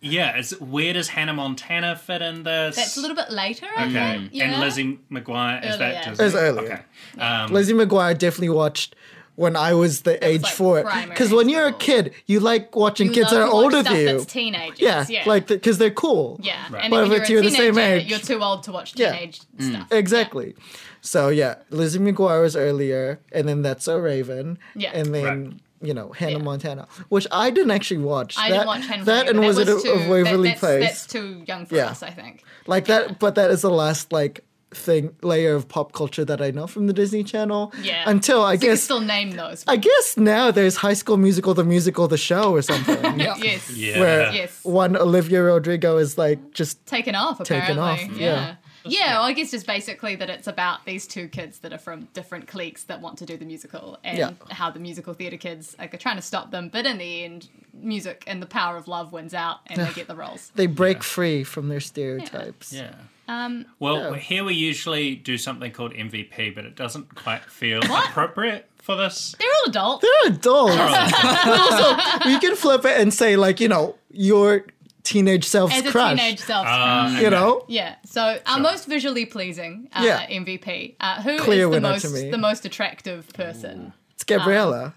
yeah, it's, where does Hannah Montana fit in this?
That's a little bit later, I
Okay.
think. Yeah.
And Lizzie McGuire is that
Earlier.
Disney?
It's earlier.
Okay. Um,
Lizzie McGuire definitely watched when I was the age
like
for it.
primary
Because when you're a
school.
kid, you like watching
You
kids that
love
are
to watch
older
stuff
than you.
that's teenagers.
Yeah,
Yeah.
like because they're cool.
yeah.
Right.
And
But if
then you're
it's
a
you're the
teenager,
same age-
you're too old to watch
Yeah. Mm.
teenage stuff.
Exactly. So yeah, Lizzie McGuire was earlier, and then that's a Raven.
Yeah.
And then
Right.
you know Hannah
Yeah.
Montana, which I didn't actually watch.
I
that,
didn't watch Henry.
That and
but
Wizard
that was
of, of
too-
Waverly
that, that's,
Place.
That's too young for
Yeah.
us, I think.
like that but that is the last like thing layer of pop culture that i know from the disney channel
Yeah.
until i
You can
guess
still name those.
i guess now there's high school musical the musical the show or something
Yeah.
yes.
yeah.
where
Yes.
one olivia rodrigo is like just
Taken off, apparently.
Taken off, yeah.
yeah. Yeah, well, I guess just basically that it's about these two kids that are from different cliques that want to do the musical and
Yeah.
how the musical theatre kids like, are trying to stop them. But in the end, music and the power of love wins out and they get the roles.
they break free from their stereotypes
Yeah.
Um,
Well, here we usually do something called MVP, but it doesn't quite feel appropriate for this.
they're all adults.
they're adults also you can flip it and say like you know your teenage self's
As a
crush
teenage self.
Uh,
you know
Yeah. So our most visually pleasing uh,
Yeah.
MVP. Uh, who is
Clear
the
winner to
most
me.
the most attractive person?
it's gabriella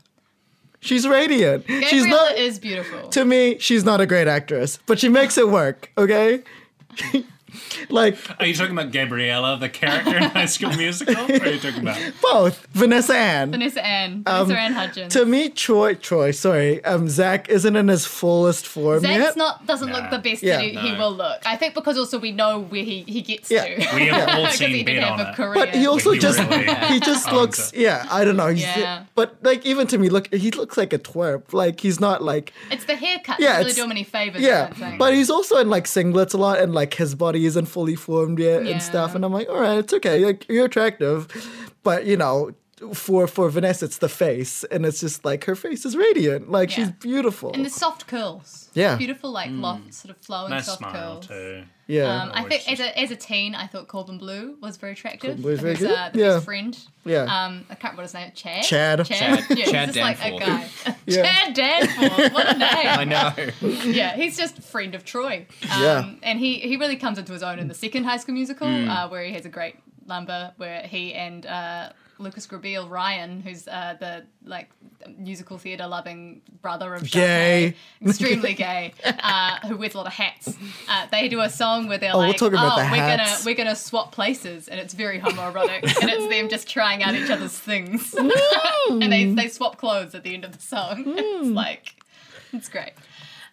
she's radiant she's
Gabriella
not
is beautiful.
to me, she's not a great actress, but she makes it work, okay? like
Are you talking about Gabriella, the character in High School Musical? What are you talking about?
both Vanessa Ann.
Vanessa Ann. Vanessa Ann Hudgens.
Um, To me, Troy, Troy, sorry, um, Zach isn't in his fullest form
Zach's
yet.
not doesn't
Nah.
look the best
Yeah.
that he, he
No.
will look. I think because also we know where he, he gets
Yeah.
to.
We have all
Because he
seen
didn't
Ben
have
on
a
it.
career.
but he also
Like, he
just
really
he just
owns
looks
it.
yeah I don't know he's
Yeah.
but like even to me look he looks like a twerp like he's not like
it's the haircut.
Yeah,
Yeah, really
it's-
do him any favors. I
yeah
don't think.
but he's also in like singlets a lot and like his body isn't fully formed yet
Yeah.
and stuff and I'm like all right it's okay like you're attractive but you know for for Vanessa it's the face and it's just like her face is radiant like she's
Yeah.
beautiful
and the soft curls.
Yeah.
Beautiful, like loft, sort of flowing
Hmm. Nice
soft
smile,
curls.
too.
yeah
Um, I think as a, as a teen, I thought Corbin Blue was very attractive.
Corbin Blue's very
He was, uh,
good.
the
Yeah.
best friend.
Yeah.
Um, I can't remember his name. Chad.
Chad.
Chad.
Chad.
Yeah,
Chad
he's just like a
Danforth.
guy.
Yeah.
Chad Danforth. What a name.
I know.
yeah, he's just friend of Troy. Um,
Yeah.
And he, he really comes into his own in the second High School Musical, uh, where he has a great number where he and uh, Lucas Grabeel Ryan, who's uh, the like musical theatre loving brother of
Gay.
Sharpay, extremely gay, uh, who wears a lot of hats. Uh, they do a song where they're
we'll
like,
talk about
"Oh,
the
we're gonna
hats."
we're gonna swap places," and it's very homoerotic, and it's them just trying out each other's things, and they they swap clothes at the end of the song.
Mm.
It's like it's great.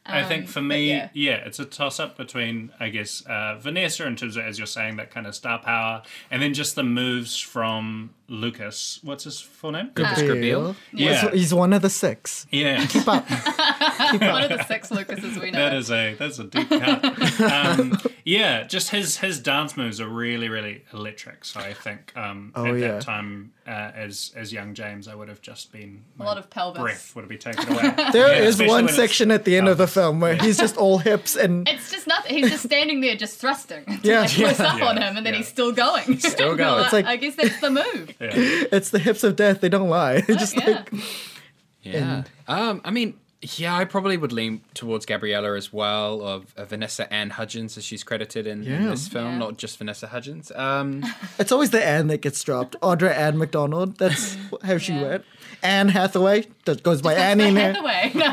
I think for
Um, but
me, yeah.
yeah.
it's a toss up between, I guess, uh, Vanessa in terms of, as you're saying, that kind of star power, and then just the moves from Lucas. What's his full name?
Scribble.
Yeah.
he's one of the six
Yeah.
but
One of the six Lucases we know.
That is a that's a deep cut. um, yeah, just his his dance moves are really really electric. So I think um, at
Oh, yeah.
that time, uh, as as young James, I would have just been a
lot of pelvis.
Breath would have been taken away.
there is
especially
one
when it's-
section at the end of the film where he's just all hips and
It's just nothing. He's just standing there, just thrusting.
Yeah.
Yeah, like, close up
Yeah.
on him, and then
Yeah.
he's still going.
Still going.
Like,
It's
like-
I guess that's the move.
Yeah.
it's the hips of death they don't lie It's just
yeah.
like
Yeah. Um, I mean, yeah, I probably would lean towards Gabriella as well, or uh, Vanessa Ann Hudgens, as she's credited in, in
Yeah.
this film,
Yeah.
not just Vanessa Hudgens. Um,
It's always the Anne that gets dropped. Audra Anne McDonald. That's how she
Yeah.
went. Anne Hathaway that goes by Annie now.
Hathaway. No.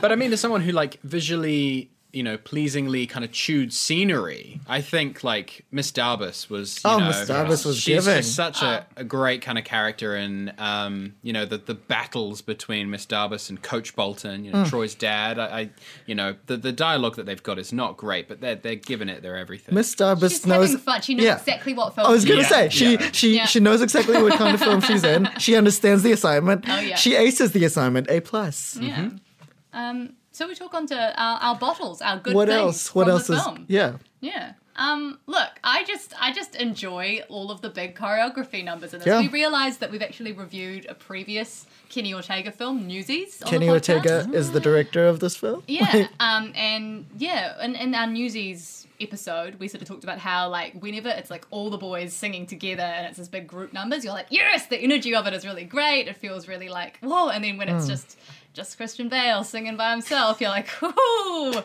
but I mean, as someone who like visually, you know, pleasingly kind of chewed scenery, I think like Miss Darbus was. You
Oh,
know,
Miss Darbus was
she's
giving.
just such
Ah.
a, a great kind of character, and um, you know, the the battles between Miss Darbus and Coach Bolton, you know,
Hmm.
Troy's dad. I, I, you know, the the dialogue that they've got is not great, but they're they're giving it their everything.
Miss Starbus
She's
knows.
having fun. She knows
yeah.
exactly what film.
I was gonna
Yeah,
say she
yeah.
she
Yeah.
she knows exactly what kind of film she's in. She understands the assignment.
Oh, yeah.
Mm-hmm. She aces the assignment. A plus.
Yeah. Um, So we talk onto our, our bottles, our good
what
things
else? What
from
else
the
is?
film.
Yeah.
Yeah. Um, look, I just I just enjoy all of the big choreography numbers in this.
Yeah.
We realized that we've actually reviewed a previous Kenny Ortega film, Newsies. on the
Kenny
podcast.
Ortega is the director of this film.
Yeah. um, and yeah, in, in our Newsies episode, we sort of talked about how like whenever it's like all the boys singing together and it's this big group numbers, you're like, yes, the energy of it is really great. It feels really like whoa. And then when it's just just Christian Bale singing by himself, you're like, ooh.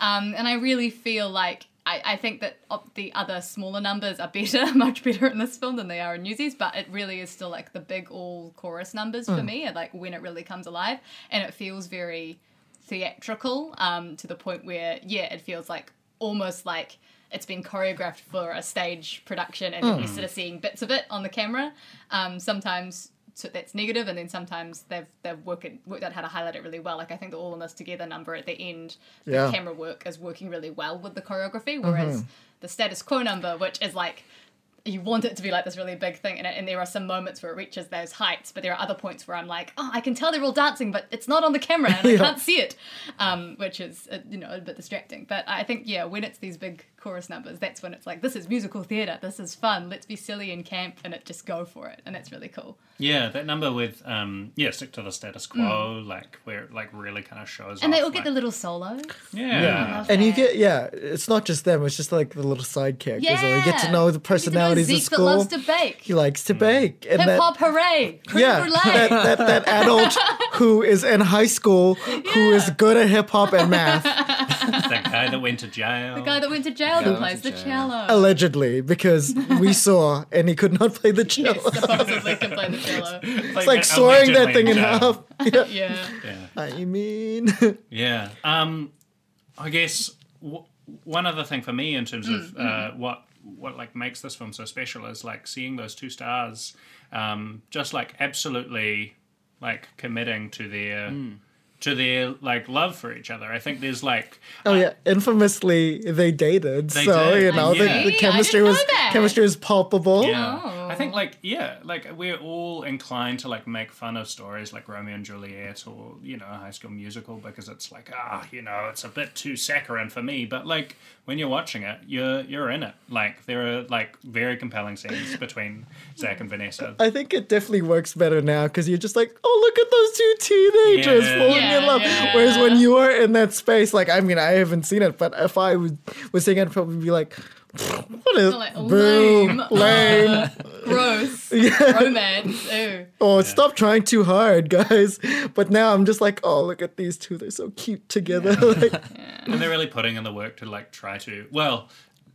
Um, and I really feel like. I, I think that op- the other smaller numbers are better, much better in this film than they are in Newsies, but it really is still like the big all chorus numbers for me, and like when it really comes alive. And it feels very theatrical um, to the point where yeah it feels like almost like it's been choreographed for a stage production and you're sort of seeing bits of it on the camera um, sometimes so that's negative and then sometimes they've they've worked, it- worked out how to highlight it really well like i think the all in this together number at the end
Yeah.
the camera work is working really well with the choreography whereas the status quo number which is like you want it to be like this really big thing, and, and there are some moments where it reaches those heights, but there are other points where I'm like, oh, I can tell they're all dancing, but it's not on the camera and I can't see it, um, which is uh, you know a bit distracting. But I think yeah, when it's these big chorus numbers, that's when it's like this is musical theater, this is fun, let's be silly in camp, and it just go for it, and that's really cool.
Yeah, that number with um yeah, stick to the status quo, like where it like really kind of shows.
Mm. And they
off,
all get the
like-
little solos.
yeah.
Love
And you
that.
get yeah, it's not just them. It's just like the little side characters. Or you get to
Yeah.
know the
You get to know
personalities
Zeke
of
that
school.
loves to bake.
He likes
Mm.
to bake. And
Hip
that-
hop hooray! Creme
yeah,
brulee.
that, that, that adult who is in high school who is good at hip hop and math,
the guy that went to jail.
the guy that went to jail
that
who
went
plays
to
the
jail.
cello.
allegedly, because we saw and he could not play the cello.
Yes, supposedly can play the cello.
It's like sawing that thing in
jail.
half. Yeah.
Yeah.
Yeah.
I mean,
Yeah. Um, I guess w- one other thing for me in terms of uh, what what like makes this film so special is like seeing those two stars, um, just like absolutely like committing to their to their like love for each other. I think there's like
oh yeah, infamously they dated,
They
so
did.
you know
I
the,
see.
the
I
chemistry
didn't
was
know that.
chemistry was palpable.
Yeah.
Oh.
I think like yeah, like we're all inclined to like make fun of stories like Romeo and Juliet or you know High School Musical because it's like ah you know it's a bit too saccharine for me. But like when you're watching it, you're you're in it. Like there are like very compelling scenes between Zach and Vanessa.
I think it definitely works better now because you're just like, oh, look at those two teenagers
Yeah.
falling in
Yeah,
love.
yeah.
Whereas when you were in that space, like, I mean, I haven't seen it, but if I was, was seeing it, I'd probably be like, what is
Like,
boom,
lame.
lame,
Gross. Romance. Ew.
or stop trying too hard, guys. But now I'm just like, oh, look at these two, they're so cute together. like,
and they're really putting in the work to like try to well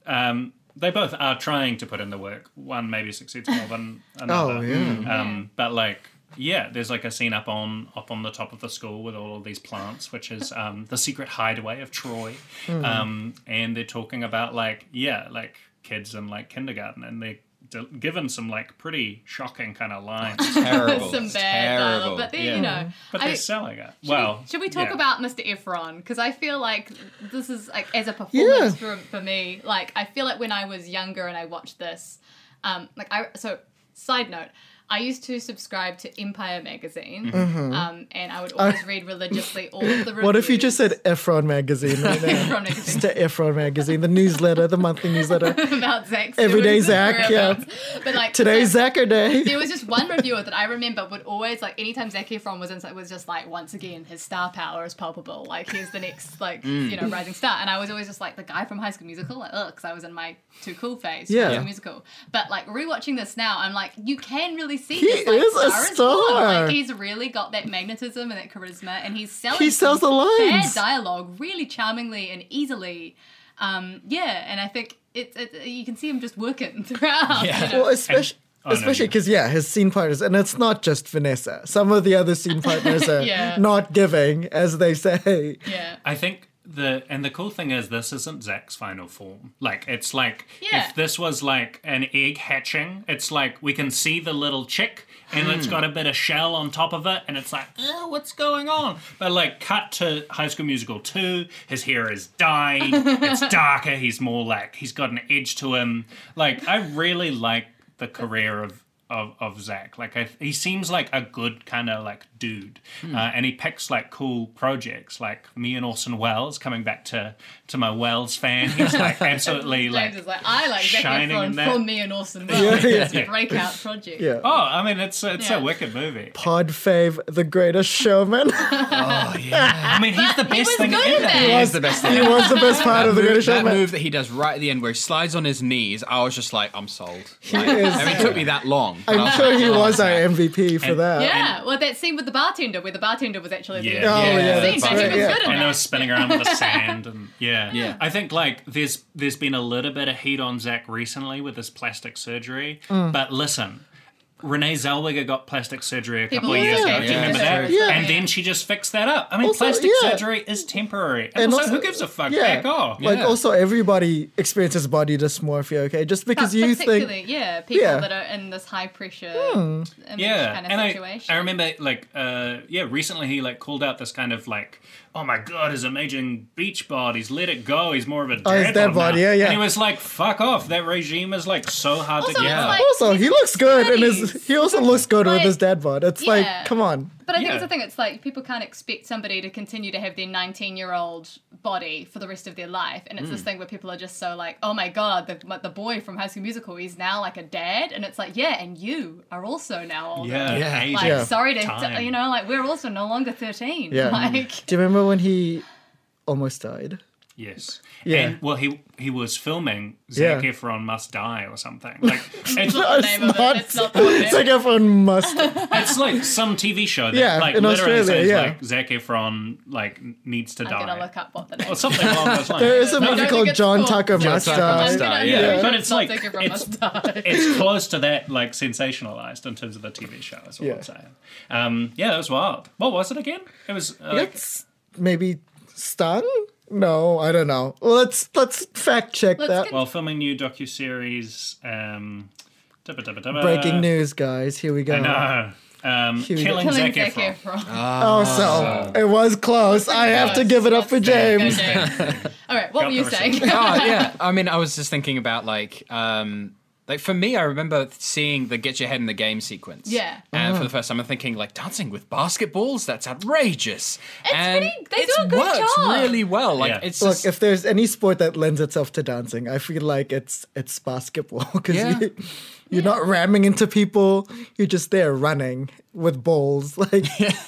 um they both are trying to put in the work one maybe succeeds more than another
Oh, yeah.
um but like yeah there's like a scene up on up on the top of the school with all of these plants which is um the secret hideaway of troy um and they're talking about like yeah like kids in like kindergarten and they're d- given some like pretty shocking kind of lines
Terrible.
Some bad dialogue. But there, you know.
but
I-
they're selling it well
should we talk
yeah.
about Mr. Efron? Because I feel like this is like as a performance for, for me. Like I feel like when I was younger and I watched this, um, like I so side note. I used to subscribe to Empire magazine, um, and I would always read religiously all of the reviews.
Mm-hmm. what if you just said Efron magazine right now?
Efron magazine?
Just to Efron magazine, the newsletter, the monthly newsletter.
about Zach's
Everyday
doings and
Zach, yeah.
whereabouts. But like
Today's Zacker Day.
there was just one reviewer that I remember would always like anytime Zac Efron was inside was just like once again his star power is palpable like he's the next like
Mm.
you know rising star and I was always just like the guy from High School Musical like ugh because I was in my too cool phase
Yeah.
yeah musical but like rewatching this now I'm like you can really see
He
this, like,
is a
born.
star.
like he's really got that magnetism and that charisma and he's selling
He sells the
fair
lines.
dialogue really charmingly and easily um yeah and I think it's it, you can see him just working throughout you know.
Well, especially.
oh, no,
Especially
you-
because yeah, his scene partners, and it's not just Vanessa. Some of the other scene partners are
Yeah.
not giving, as they say.
yeah
I think the and the cool thing is this isn't Zach's final form. Like it's like
Yeah.
if this was like an egg hatching, it's like we can see the little chick and it's
Hmm.
got a bit of shell on top of it, and it's like, "Ugh, what's going on? But like cut to High School Musical two, his hair is dyed, it's darker, he's more like he's got an edge to him. Like I really like the career of of, of Zach. Like I, he seems like a good kind of like dude,
Hmm.
uh, and he picks like cool projects. Like me and Orson Welles coming back to to my Wells fan. He's like absolutely
James
like
is like, I like Zac
shining in
Efron
that.
for me and Orson Welles.
yeah,
It's a
yeah.
breakout project.
Yeah.
Oh, I mean, it's it's
Yeah.
a wicked movie.
Pod fave, the greatest showman.
I mean, he's the
He
best
was
thing in
good
it.
at
He
that.
is the best thing.
he was the best part of the
Move-
greatest
that
showman.
move that he does right at the end, where he slides on his knees, I was just like, I'm sold. Like,
is-
I mean, it took me that long. but I
I'm
was
sure
like,
he
oh,
was our
yeah.
MVP for
And-
that.
Yeah, well, that scene with the bartender, where the bartender was actually
Yeah.
the
Oh,
yeah,
that's
scene,
right,
was
yeah.
good in
and they were
that.
spinning around with the sand and yeah
Yeah.
i think like there's there's been a little bit of heat on zach recently with his plastic surgery but listen renee zellweger got plastic surgery a couple of
People
years
say
ago
that.
do you remember
Yeah.
that
Yeah.
and then she just fixed that up i mean
Also,
plastic
yeah.
surgery is temporary and, also, who gives a fuck back off
Like
Yeah.
also everybody experiences body dysmorphia, okay? Just because
But
you
particularly,
think
yeah, people
Yeah. Hmm.
that are in this high pressure
yeah
kind
and
of
I,
situation.
I remember like uh yeah recently he like called out this kind of like oh my god his amazing beach bod he's let it go he's more of a
Oh, he's
dad
dead
bod
bod,
now.
yeah, yeah.
and he was like fuck off that regime is like so hard
Also,
to get
it's
out
like-
also he looks good and his he also looks good with
Like-
his dad bod. It's
Yeah.
like come on.
But I think
Yeah.
it's the thing. It's like people can't expect somebody to continue to have their 19 year old body for the rest of their life. And it's
Hmm.
this thing where people are just so like, oh my God, the, the boy from High School Musical, he's now like a dad. And it's like, yeah, and you are also now older.
Yeah,
Yeah.
Asian
Like,
Yeah.
sorry to,
time.
you know, like we're also no longer 13.
Yeah.
Like,
Do you remember when he almost died?
Yes.
Yeah.
And well, he he was filming Zac
Yeah.
Efron Must Die or something. Like it's,
No. the name of it. It's not the name.
it's like everyone must
it's like some TV show that
Yeah,
like
in
literally
Australia,
says
yeah.
like Zac Efron like needs to
I'm
die
going to look up what the name
or
is.
something along those lines.
There is a
No, I
movie
don't
called
think it's
John
called
Tucker
John
Must
Tucker
Die.
Must
I'm
Die.
gonna-
yeah.
yeah.
But it's like
Something from
it's,
Must Die.
it's close to that like sensationalized in terms of the TV show. Is what
Yeah.
I'm saying. Um, yeah, that was wild. What was it again? It was uh, like,
Let's maybe stung? No, I don't know. Well, let's let's fact check
Let's
that.
get-
while filming new docu series. Um, dubba dubba dubba.
Uh,
Breaking news, guys. Here we go.
No. Um,
Here we go.
killing,
Killing
Zac
Zac
Efron.
Efron.
Oh,
Uh,
so it was close. I have to give it up for
That's-
James.
that's good, James. All right, what were you
the
saying?
oh yeah. I mean, I was just thinking about like, um, like for me, I remember seeing the get your head in the game sequence.
Yeah.
And
Uh-huh.
for the first time, I'm thinking like dancing with basketballs. That's outrageous. It's and
pretty- they
it's
do a good
works
job.
really well. Like
Yeah.
it's
Look,
just,
if there's any sport that lends itself to dancing, I feel like it's it's basketball because
Yeah.
you, you're not ramming into people. You're just there running with balls. Like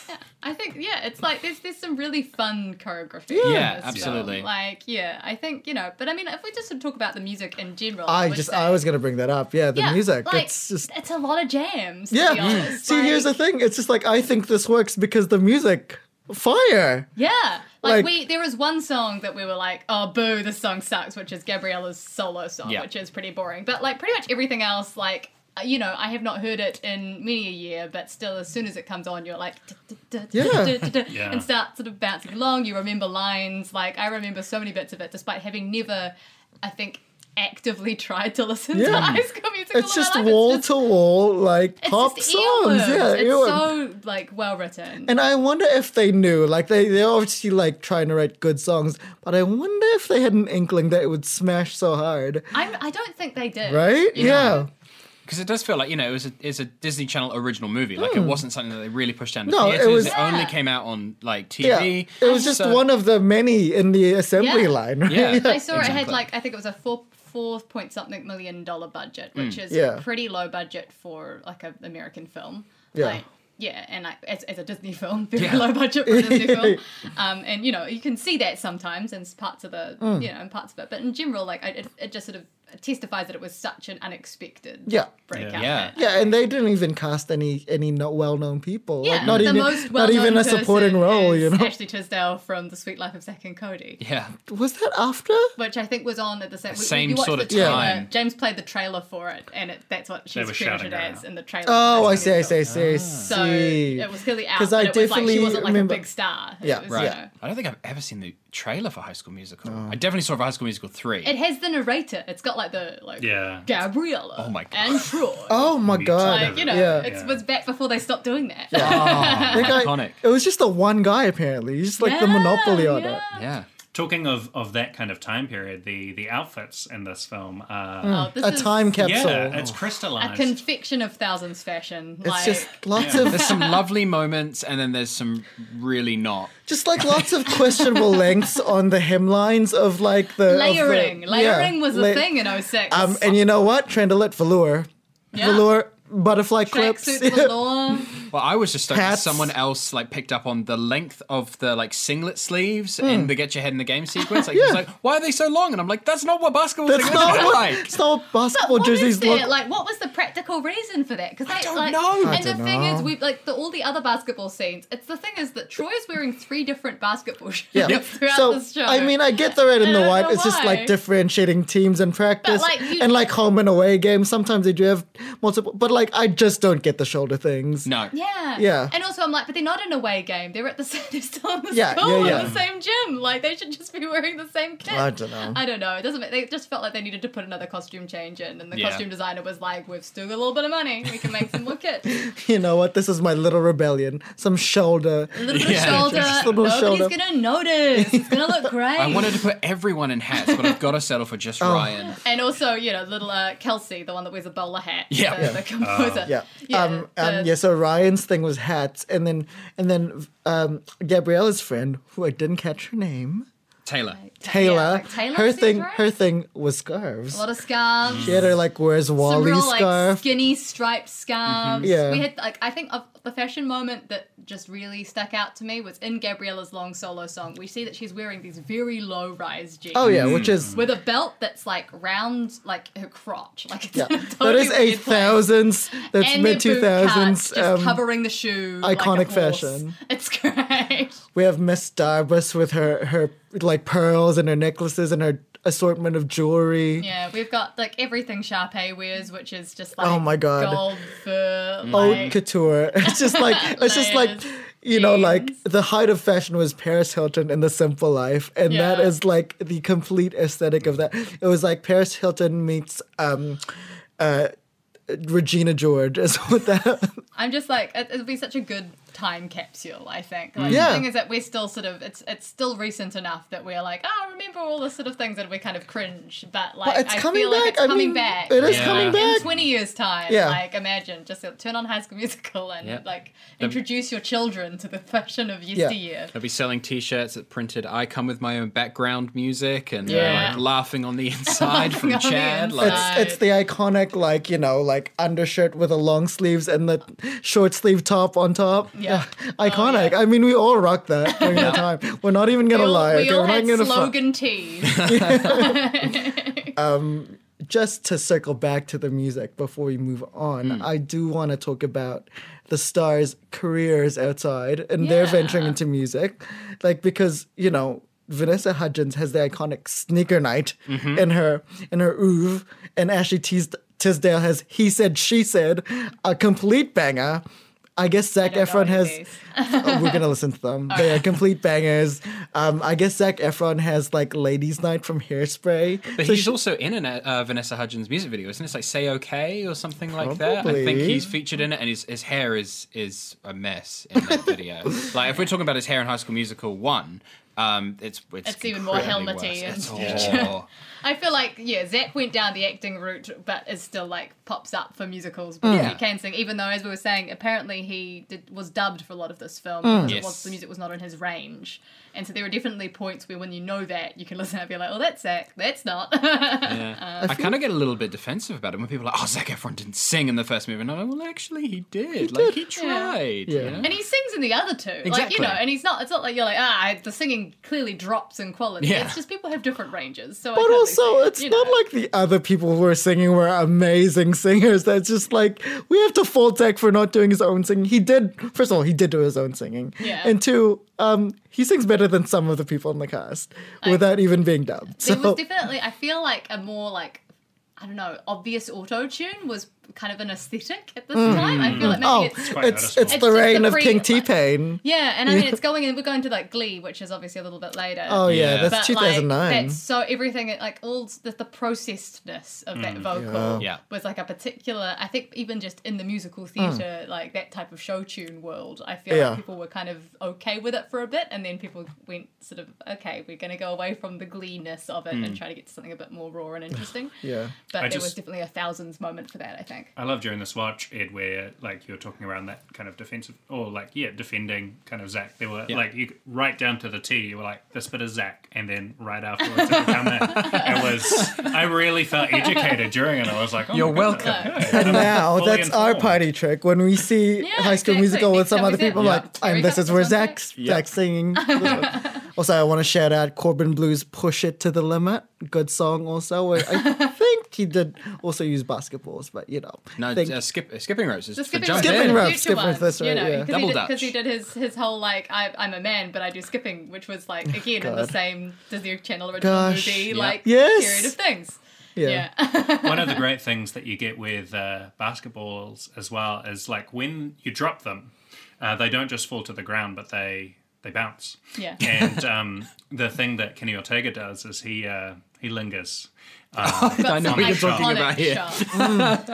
I think yeah, it's like there's there's some really fun choreography.
Yeah,
in
Yeah,
this
absolutely.
film. Like yeah, I think you know, but I mean, if we just talk about the music in general,
I
would
just
say-
I was gonna bring that up. Yeah, the
Yeah,
music.
like,
it's just
it's a lot of jams. to be
yeah.
honest.
See, here's the
Like,
thing. It's just like I think this works because the music fire.
Yeah,
Like-
like, we there was one song that we were like, oh boo, this song sucks, which is Gabriella's solo song,
Yeah.
which is pretty boring. But like pretty much everything else, like uh, you know, I have not heard it in many a year, but still, as soon as it comes on, you're like, "Du-du-du,
Yeah.
du-du-du-du,"
Yeah.
and start sort of bouncing along. You remember lines, like I remember so many bits of it, despite having never, I think, actively tried to listen to
Yeah.
High School Musical.
It's
in my
just
life.
wall
just-
to wall like
it's
pop
just
songs.
earworms.
Yeah,
it's
earworm.
so like well written.
And I wonder if they knew, like they they're obviously like trying to write good songs, but I wonder if they had an inkling that it would smash so hard,
I'm, I don't think they did.
right? Yeah.
because it does feel like you know it was a, it's a Disney Channel original movie. Like it wasn't something that they really pushed down to
Hmm. No, it
theaters. It,
was-
only
Yeah.
came out on like
yeah,
TV.
It was just
So-
one of the many in the assembly
Yeah.
line. Right?
Yeah.
I saw it had
Exactly.
like I think it was a four four point something million dollar budget, which is
Mm, Yeah.
pretty low budget for like an American film.
Yeah.
Like, yeah, and like, as, as a Disney film, very
Yeah.
low budget for a Disney film. Um, and you know you can see that sometimes in s- parts of the
Mm.
you know in parts of it, but in general, like I, it, it just sort of testifies that it was such an unexpected
Yeah.
breakout.
Yeah.
hit.
Yeah, and they didn't even cast any any not well known people.
Yeah,
like, not
the
even
most
not
well-known
even a supporting
person
role. You
is
know,
Ashley Tisdale from The Sweet Life of Zack and Cody.
yeah.
was that after?
which I think was on at the same,
Same
you watched
sort
the
of
trailer. Uh,
time.
James played the trailer for it, and it, that's what she's
were
credited
shouting her
as
out.
in the trailer.
Oh, I
That's
see,
what
I
it
see, I
was.
see, I
Ah. So
see.
it was clearly out,
Because
because
I
I definitely like,
definitely
she wasn't like
remember-
a big star. It
Yeah,
was,
Right.
you know.
I don't think I've ever seen the trailer for High School Musical. I definitely saw it for High School Musical three.
It has the narrator. It's got like the like
Yeah.
Gabriella.
Oh my God.
And Troy.
Oh my god!
Like, you know,
yeah.
it
Yeah.
was back before they stopped doing that.
Ah,
That guy-
iconic.
It was just the one guy apparently. He's just like the
Yeah,
monopoly on
yeah.
it.
Yeah.
Talking of, of that kind of time period, the the outfits in this film are
Oh, this
A
is
time capsule.
yeah, it's
a
crystallized.
confection of thousands fashion.
it's
like,
just lots
Yeah.
of
There's some lovely moments, and then there's some really not.
just like lots of questionable lengths on the hemlines of like the of the-
layering. layering
yeah,
was a
la-
thing in 06.
Um, and you know what? Trendalet velour, velour butterfly clips.
Tracksuit velour.
Well, I was just stoked that
Hats.
someone else like picked up on the length of the like singlet sleeves in the get your head in the game sequence. Like, he was
Hmm. Yeah.
like, why are they so long? And I'm like, that's not what basketball
That's
thing
not
is
what,
like.
it's not what basketball
What is
jerseys
there?
look.
Like, what was the practical reason for that? Because I
don't
like,
know. I
And the
don't
thing is,
know.
we like the, all the other basketball scenes. It's the thing is that Troy is wearing three different basketball shirts
yeah.
throughout
So
this show.
I mean, I get the red and
I
the
don't
white.
know
It's just
why.
like differentiating teams in practice,
like, you-
and like home and away games. Sometimes they do have multiple, but like I just don't get the shoulder things.
No.
yeah,
Yeah.
And also, I'm like, but they're not an away game. They're at the same. They're still in the
Yeah,
school
yeah,
in
yeah.
the same gym. Like they should just be wearing the same kit.
I don't know.
I don't know. It doesn't. Make, they just felt like they needed to put another costume change in, and the
Yeah.
costume designer was like, "We've still got a little bit of money. We can make some more kits. A
You know what? This is my little rebellion. Some shoulder.
little bit
Yeah,
of shoulder.
just a little
Nobody's
shoulder.
gonna notice. It's gonna look great."
I wanted to put everyone in hats, but I've got to settle for just
Oh.
Ryan.
And also, you know, little uh, Kelsey, the one that wears a bowler hat.
Yeah.
The, the composer.
Yeah.
Yeah,
um, um,
the-
yeah. So Ryan's thing was hats, and then and then um, Gabriella's friend, who I didn't catch her name,
Taylor.
Taylor.
Yeah, like Taylor
her thing.
syndrome?
Her thing was
A
scarves.
lot of scarves.
She had her like where's
Some
Wally
real like
scarf.
skinny striped scarves.
Mhm. Yeah.
We had like I think of the fashion moment that just really stuck out to me was in Gabriella's long solo song. We see that she's wearing these very low rise jeans.
oh yeah, which is
With a belt that's like round like her crotch. Like it's
yeah.
in a
that
totally
is eight
weird place.
thousands. That's
And their
mid two
boot cuts,
thousands. um,
just covering the shoe, like
iconic
a horse.
fashion.
It's great.
we have Miss Darbus with her her like pearls and her necklaces and her assortment of jewelry.
Yeah, we've got like everything Sharpay wears, which is just like
Oh my God. Oh,
gold fur.
haute
Like,
couture. It's just like it's just like
Layers,
you know, like
jeans.
the height of fashion was Paris Hilton in The Simple Life, and that
Yeah.
is like the complete aesthetic of that. It was like Paris Hilton meets um, uh, Regina George is what that.
I'm just like it, it'll be such a good time capsule. I think. Like,
Mm. Yeah.
The thing is that we're still sort of it's it's still recent enough that we're like oh remember all the sort of things that we kind of cringe, but like
it's
I
coming
feel like
back.
it's
I
coming
mean,
back.
it is
Yeah.
coming
In
in
back.
20 years time
Yeah.
like imagine just uh, turn on high school musical and
Yeah.
like introduce your children to the fashion of yesteryear
They'll be selling T-shirts that printed "I come with my own background music" and uh,
Yeah.
like, laughing on the inside from
Laughing on the
Chad.
inside.
Like,
It's, it's the iconic like you know like undershirt with the long sleeves and the short sleeve top on top.
Yeah.
iconic. I mean, we all rocked that during the time. We're not even gonna
we all,
lie.
we
okay?
all
We're not
had
gonna fu-
slogan tees
just to circle back to the music before we move on,
Mm.
I do want to talk about the stars' careers outside and their
Yeah.
venturing into music. Like because, you know, Vanessa Hudgens has the iconic sneaker night
Mm-hmm.
in her in her oeuvre, and Ashley Tis- Tisdale has He Said She Said, a complete banger. I guess Zach
don't know
Efron
any of
has
these.
oh, we're gonna listen to them. They are complete bangers. Um, I guess Zach Efron has like Ladies Night from Hairspray.
but
So
he's
she-
also in an, uh, Vanessa Hudgens music video, isn't it? It's like "Say Okay" or something like that. I think
Probably.
he's featured in it, and his, his hair is is a mess in that video. Like if we're talking about his hair in High School Musical one, um, it's it's,
It's even more
incredibly
helmety
worse. It's
and-
horrible.
I feel like yeah, Zach went down the acting route, but is still like pops up for musicals
Mm.
because
Yeah.
he can sing. Even though, as we were saying, apparently he did, was dubbed for a lot of this film
Mm.
because
Yes.
it was, the music was not in his range, and so there are definitely points where when you know that you can listen and be like, oh, that's Zach, that's not. Uh,
Yeah. I kind of get a little bit defensive about it when people are like, "Oh, Zac Efron didn't sing in the first movie." And I'm like, "Well, actually, he did. like, he tried."
Yeah.
you know?
And he sings in the other two, like
Exactly.
you know, and he's not. It's not like you're like ah, the singing clearly drops in quality.
Yeah.
It's just people have different ranges. So, I
But
totally
also,
see it,
it's
you
not
know.
like the other people who are singing were amazing singers. That's just like we have to fault Zach for not doing his own singing. He did. First of all, he did do his own singing.
Yeah.
And two, um, he sings better than some of the people in the cast without even being dubbed.
There was
So
definitely, I feel like a more like, I don't know, obvious auto tune was kind of an aesthetic at this time. I feel like maybe
Oh,
it's
quite noticeable.
it's it's
It's
the
just the
reign of
pre-
King T Pain.
yeah, and I mean it's going and we're going to like Glee, which is obviously a little bit later.
Oh yeah,
Yeah.
that's
but, like,
2009.
that's so everything like all the, the processedness of that vocal
Yeah.
was like a particular I think even just in the musical theatre, like that type of show tune world, I feel
Mm. Yeah.
like people were kind of okay with it for a bit and then people went sort of, Okay, we're gonna go away from the glee-ness of it and try to get to something a bit more raw and interesting.
yeah.
But
I
there was
just-
definitely a thousands moment for that, I think.
I love during this watch, Ed, where like you're talking around that kind of defensive, or like yeah, defending kind of Zach. They were like you right down to the T. You were like this bit is Zach, and then right afterwards it would come in. It was I really felt educated during it. I was like, oh
You're
my goodness.
welcome.
Okay.
And now
fully
that's our
informed.
party trick. When we see
Yeah,
High School
exactly.
Musical with
Next
some
time we
other
do it,
people,
yeah.
like,
Very
and this is where
comfortable
Zach's Zach's singing. also, I want to shout out Corbin Blue's "Push It to the Limit." Good song. Also, where I think he did also use basketballs, but you know,
No,
think-
uh, skip, uh, skipping ropes. It's
The
for
skipping
jump
rope.
Skipping
in.
rope.
Future
skipping
ones,
that's
You
right,
know,
yeah.
because
Double
he did,
dutch.
because he did his his whole like I, I'm a man, but I do skipping, which was like again in the
God.
same Disney Channel original
Gosh.
movie
Yeah.
like
Yes.
period of things.
yeah,
one of the great things that you get with uh, basketballs as well is like when you drop them, uh, they don't just fall to the ground, but they they bounce.
Yeah.
And um, the thing that Kenny Ortega does is he uh, he lingers.
I know
Some
what you're
iconic
talking about here.
shot.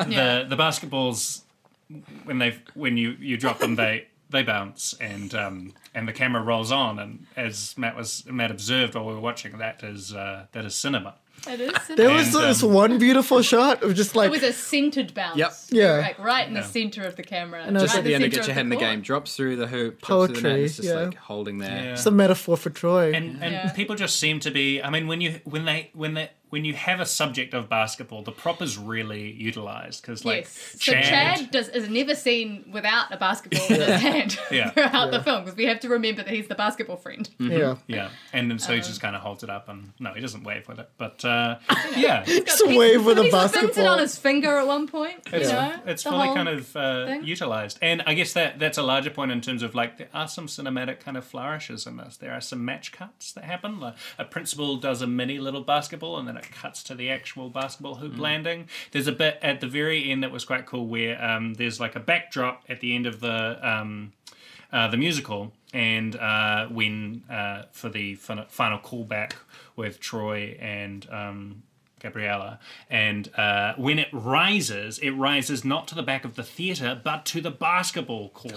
the the basketballs when they when you you drop them they they bounce and um and the camera rolls on and as Matt was Matt observed while we were watching that is uh, that is cinema.
It is.
there was
And,
this
um,
one beautiful shot of just
it
like
Oh, was a centered bounce.
Yep.
Yeah.
Like right in the center of the camera.
I
Just
Right,
at the end, it
center
gets your
of
head in the
court.
game. Drops through the hoop. Drops through the net.
Poetry,
It's just
yeah.
like holding there.
Yeah.
it's a metaphor for Troy.
And and
Yeah.
people just seem to be I mean when you when they when they when you have a subject of basketball, the prop is really utilized because like
yes. So Chad, does is never seen without a basketball in his hand
Yeah.
throughout the film because we have to remember that he's the basketball friend.
yeah,
yeah, and then so
Uh-huh.
he just kind of holds it up and no, he doesn't wave with it, but uh, yeah, it's,
just a wave with a
Somebody spins it on
basketball.
his finger at one point. You know,
it's
the
fully
whole-
kind of uh,
thing.
utilized, and I guess that that's a larger point in terms of like there are some cinematic kind of flourishes in this. There are some match cuts that happen. Like a principal does a mini little basketball, and then it cuts to the actual basketball hoop landing. There's a bit at the very end that was quite cool where um, there's like a backdrop at the end of the. Um, uh, the musical, and uh, when uh, for the fin- final callback with Troy and um, Gabriella, and uh, when it rises, it rises not to the back of the theater, but to the basketball court.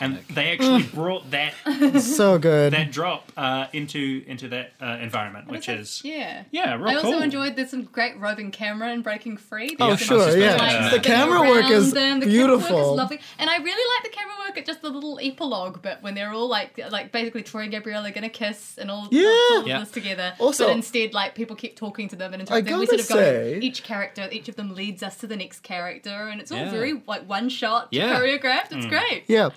And
Iconic.
they actually brought that
so good.
that drop uh, into into that uh, environment, which is
That's- yeah.
yeah, real
I also
cool.
enjoyed there's some great roving camera and Breaking Free.
Oh,
There's some
sure, yeah.
like,
Yeah.
The
spinning
camera work is
around them. The Camera work
beautiful.
is lovely. And I really like the camera work at just the little epilogue bit when they're all like, like basically Troy and Gabriella are gonna kiss and all,
Yeah.
all of
Yeah.
this together.
Also-
but instead, like people keep talking to them
I
and interrupting. them. We sort
gotta
of go
say-
each character, each of them leads us to the next character, and it's all
Yeah.
very like one shot
Yeah.
choreographed. It's great.
Yeah.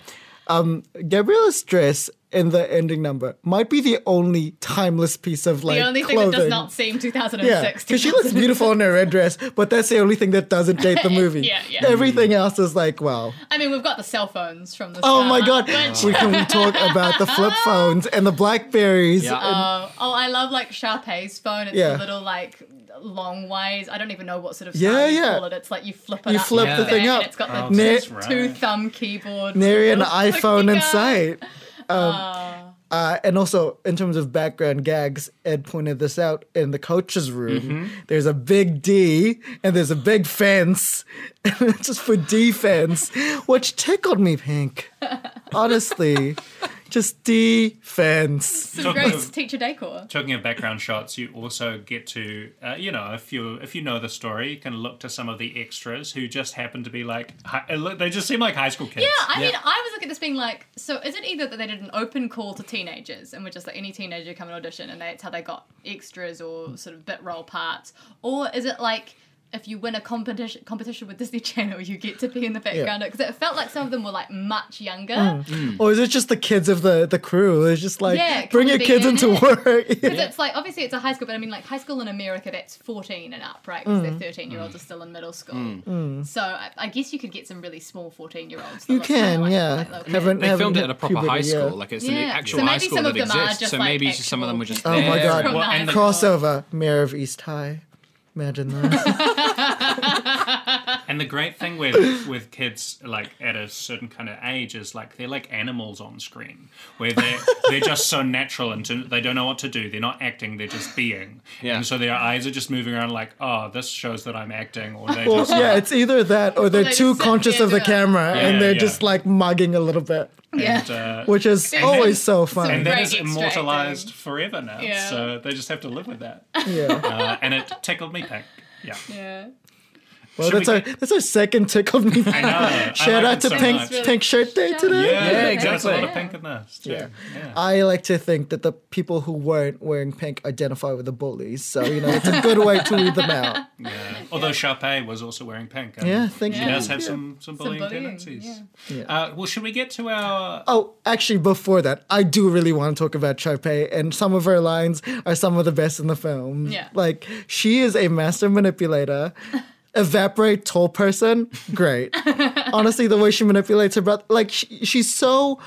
Um, Gabriella's dress in the ending number might be the only timeless piece of like
the only
clothing.
thing that does not seem 2006.
yeah, because she looks beautiful in her red dress, but that's the only thing that doesn't date the movie.
Yeah, yeah.
Everything else is like, wow.
I mean, we've got the cell phones from the
Oh
start,
my god,
which-
we can we talk about the flip phones and the blackberries?
Yeah.
Oh, oh, I love like Sharpay's phone. It's
Yeah.
the little like long ways. I don't even know what sort of
Yeah,
style you
yeah.
call it. It's like you flip it
You
up
flip
and
the
back,
thing up.
And it's got the
Oh,
two,
that's
two
right.
thumb keyboard.
Nary an
little
iPhone in
clicky guy.
sight. Um, Uh, and also, in terms of background gags, Ed pointed this out in the coach's room.
Mm-hmm.
There's a big D and there's a big fence, just for defense, which tickled me pink. Honestly, just defense.
Some great teacher decor.
Talking of background shots, you also get to, uh, you know, if you if you know the story, you can look to some of the extras who just happen to be like, hi- uh, look, they just seem like high school kids.
Yeah, I mean, I was looking at this being like, so is it either that they did an open call to teenagers and were just like any teenager come and audition and that's how they got extras or sort of bit role parts, or is it like if you win a competition competition with Disney Channel, you get to be in the background because it felt like some of them were like much younger. Mm.
Or is it just the kids of the, the crew? It's just like,
Hmm. Yeah, it
bring
could
your
be,
kids
yeah.
into work.
Because it's like obviously it's a high school, but I mean like high school in America that's fourteen and up, right?
Mm.
Because their thirteen year olds are still in middle school. So I, I guess you could get some really small fourteen year olds.
You can, yeah. Haven't-
They filmed
haven't
it at a proper
puberty
high
yet.
school. Like it's an
Yeah.
actual
So
high
maybe
school
some
that
of them are
exists.
just
So
like
maybe some of them
actual-
were just
Oh my
there.
god.
Well, and the-
Crossover, Mayor of East High. Imagine that.
And the great thing with with kids like at a certain kind of age is like they're like animals on screen, where they they're just so natural and to, they don't know what to do. They're not acting; they're just being.
Yeah.
And so their eyes are just moving around like, oh, this shows that I'm acting, or they
well,
just
yeah, it's either that or they're
They
too
just sit
conscious
there
of the
doing it.
camera and
Yeah,
they're
yeah.
just like mugging a little bit,
Yeah.
and, uh,
which is always so
and
fun.
that
Great
is
extra
immortalized
acting.
forever now.
Yeah.
So they just have to live with that.
Yeah.
Uh, and it tickled me pink. Yeah.
Yeah.
Well,
Should
that's
we
our
get-
that's our second tick of me.
I know. I
Shout
like
out
it
to
so
Pink
much.
Really
Pink Shirt Day
shout out.
today.
Yeah,
Yeah,
There's a lot of
exactly.
pink in this. Too.
Yeah.
yeah.
I like to think that the people who weren't wearing pink identify with the bullies, so you know it's a good way to weed them out.
Yeah. Although Sharpay was also wearing pink. and
Yeah, thank
He
you.
does have
Yeah.
some, some bullying
bullying,
tendencies.
yeah. Yeah.
Uh, well, should we get to our.
Oh, actually, before that, I do really want to talk about Chopay, and some of her lines are some of the best in the film.
Yeah.
like she is a master manipulator. Evaporate tall person, great. Honestly, the way she manipulates her brother, like she, she's so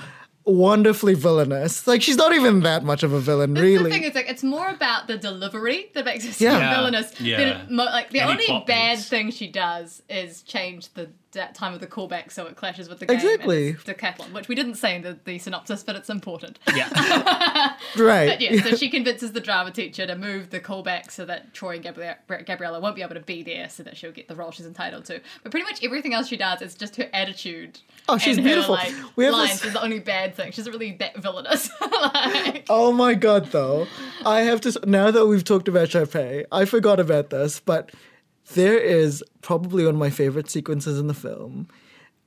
wonderfully villainous. Like she's not even that much of a villain,
That's
really.
The thing is, like, it's more about the delivery that makes us
Yeah.
yeah.
Yeah.
villainous.
Yeah.
Than it, mo- like the
Any
only
plot
bad
beats.
thing she does is change the that time of the callback so it clashes with the game
Exactly.
and the decathlon, which we didn't say in the, the synopsis, but it's important.
Yeah.
right?
But yeah, so she convinces the drama teacher to move the callback so that Troy and Gabriella, Gabriella won't be able to be there, so that she'll get the role she's entitled to. But pretty much everything else she does is just her attitude.
Oh, she's
and her,
beautiful.
like,
We have
lines
this-
is the only bad thing. She's not really that villainous. like,
Oh my god, though. I have to. s- Now that we've talked about Chopay, I forgot about this, but there is probably one of my favorite sequences in the film.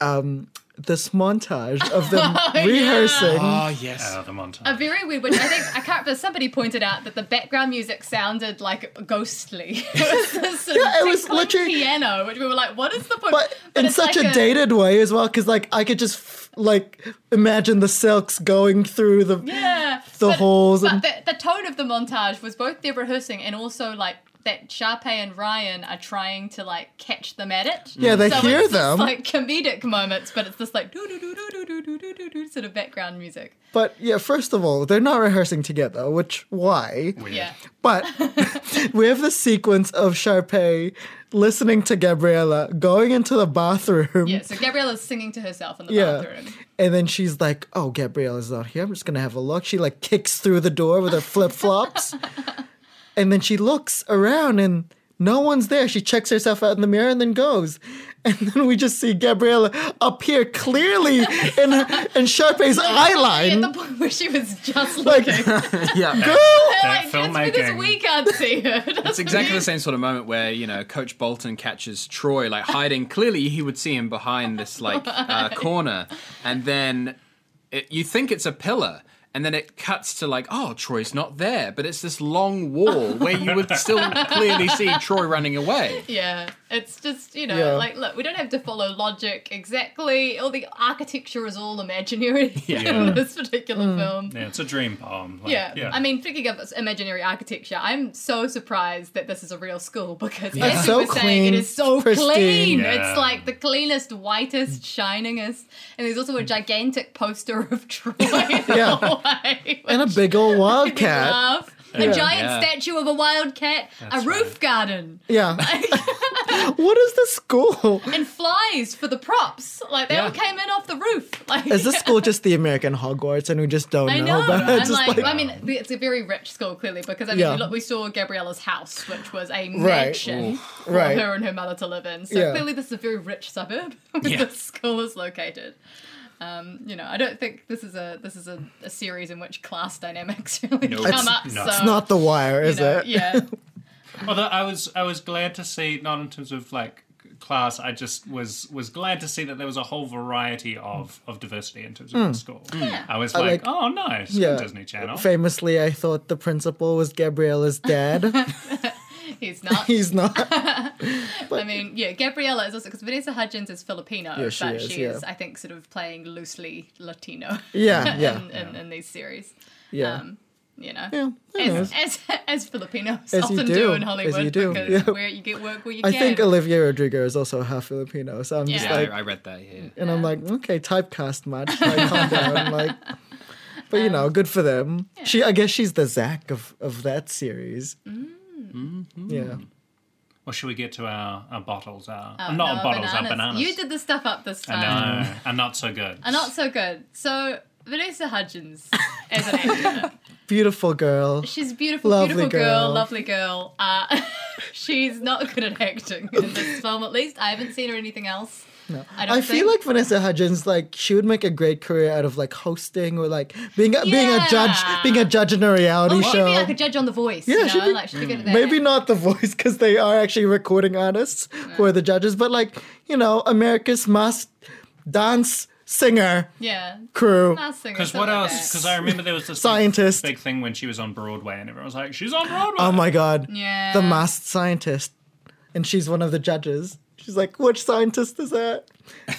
Um, this montage of them rehearsing.
Oh yes.
Uh, the montage.
A very weird, which I think I can't. But somebody pointed out that the background music sounded like ghostly. it was,
Yeah, it was
literally
literally-
piano, which we were like, "What is the point?"
But, in
it's
such
like
a, dated way as well, because like I could just f- like imagine the silks going through the.
yeah,
the
but,
halls
But
and-
the, the tone of the montage was both their rehearsing and also like that Sharpay and Ryan are trying to like catch them at it.
Yeah, they
so
hear
it's
them.
Just, like comedic moments, but it's this like do do do do do do do do do sort of background music.
But yeah, first of all, they're not rehearsing together, which why?
Weird.
Yeah,
But we have the sequence of Sharpay listening to Gabriella going into the bathroom.
yeah. So Gabriella's singing to herself in the
Yeah.
bathroom.
And then she's like, "Oh, Gabriella's not here. I'm just gonna have a look." She like kicks through the door with her flip flops, and then she looks around and no one's there. She checks herself out in the mirror and then goes. And then we just see Gabriella appear clearly in her, in Sharpay's eye
At
line.
the point where she was just
Like,
looking.
Yeah.
Girl,
That
Like, It's because
filmmaking.
we can't see her.
It's exactly the same sort of moment where you know Coach Bolton catches Troy like hiding. Clearly, he would see him behind this like uh, corner, and then it, you think it's a pillar, and then it cuts to like, oh, Troy's not there, but it's this long wall where you would still clearly see Troy running away.
Yeah, it's just you know,
Yeah.
like look, we don't have to follow logic exactly. All the architecture is all imaginary
Mm.
in this particular film.
Yeah, it's a dream poem. Like,
Yeah. I mean, speaking of imaginary architecture, I'm so surprised that this is a real school because as
It's
we
so
were saying,
clean,
it is so
pristine.
clean.
Yeah.
It's like the cleanest, whitest, shiningest, and there's also a gigantic poster of Troy.
Yeah. and a big old wildcat.
Love. A giant
Yeah.
statue of a wild cat, a roof garden,
Yeah. what is this school?
and flies for the props. Like they all
Yeah.
came in off the roof. Like
Is this school just the American Hogwarts and we just don't
I
know
know.
about it?
I'm
Just
like, well, I mean, it's a very rich school clearly because I mean,
Yeah.
we, look, we saw Gabriella's house, which was a
Right.
mansion for
Right.
her and her mother to live in. So
Yeah.
clearly, this is a very rich suburb where
Yeah.
this school is located. Um, you know, I don't think this is a this is a, a series in which class dynamics really
No.
come
It's-
up.
no.
So,
It's
it's not the wire,
you
is
know,
it?
Yeah.
Although I was I was glad to see not in terms of like class, I just was was glad to see that there was a whole variety of of diversity in terms of the school. I was like,
Hmm. like-
oh nice,
Yeah.
Disney Channel.
Famously, I thought the principal was Gabriella's dad.
He's not.
He's
Um,
not.
I mean, yeah, Gabriella is also because Vanessa Hudgens is Filipino,
Yeah, she
but
is,
she
yeah.
is, I think, sort of playing loosely Latino
Yeah, yeah,
in, in, in these series.
yeah.
Um, you know,
Yeah, I
as, as as Filipinos
As you
often do,
do,
in
as
Hollywood,
you do,
because
yeah.
where you get work where you
I
can.
think Olivia Rodrigo is also half Filipino, so I'm just
Yeah.
like,
Yeah, I, I read that. Yeah.
and I'm like, okay, typecast much. Like, calm down. Like, but
Um,
you know, good for them.
Mm.
She, I guess, she's the Zach of of that series. Yeah.
Well, should we get to our, our bottles? Our
Oh,
not
no,
bottles, our bananas.
You did the stuff up this
I
time.
know, are not so good.
Are not so good. So Vanessa Hudgens as an actor.
Beautiful girl.
She's a beautiful,
Lovely
beautiful girl,
girl.
lovely girl. Uh, she's not good at acting in this film. At least I haven't seen her in anything else. No. I
I
don't
feel
think.
like Vanessa Hudgens, like she would make a great career out of like hosting or like being a, being a judge,
Yeah.
being a judge in a reality
Oh, she'd
show.
be like a judge on The Voice.
Yeah,
you know?
she'd be-
like she'd be good at that.
Maybe not The Voice because they are actually recording artists who are the judges, but like you know, America's must dance singer
Yeah.
crew.
Because what else? Because I remember there was this big-
Scientist.
big thing when she was on Broadway, and everyone was like, "She's on Broadway."
Oh my god,
Yeah.
the masked scientist, and she's one of the judges. She's like, which scientist is that?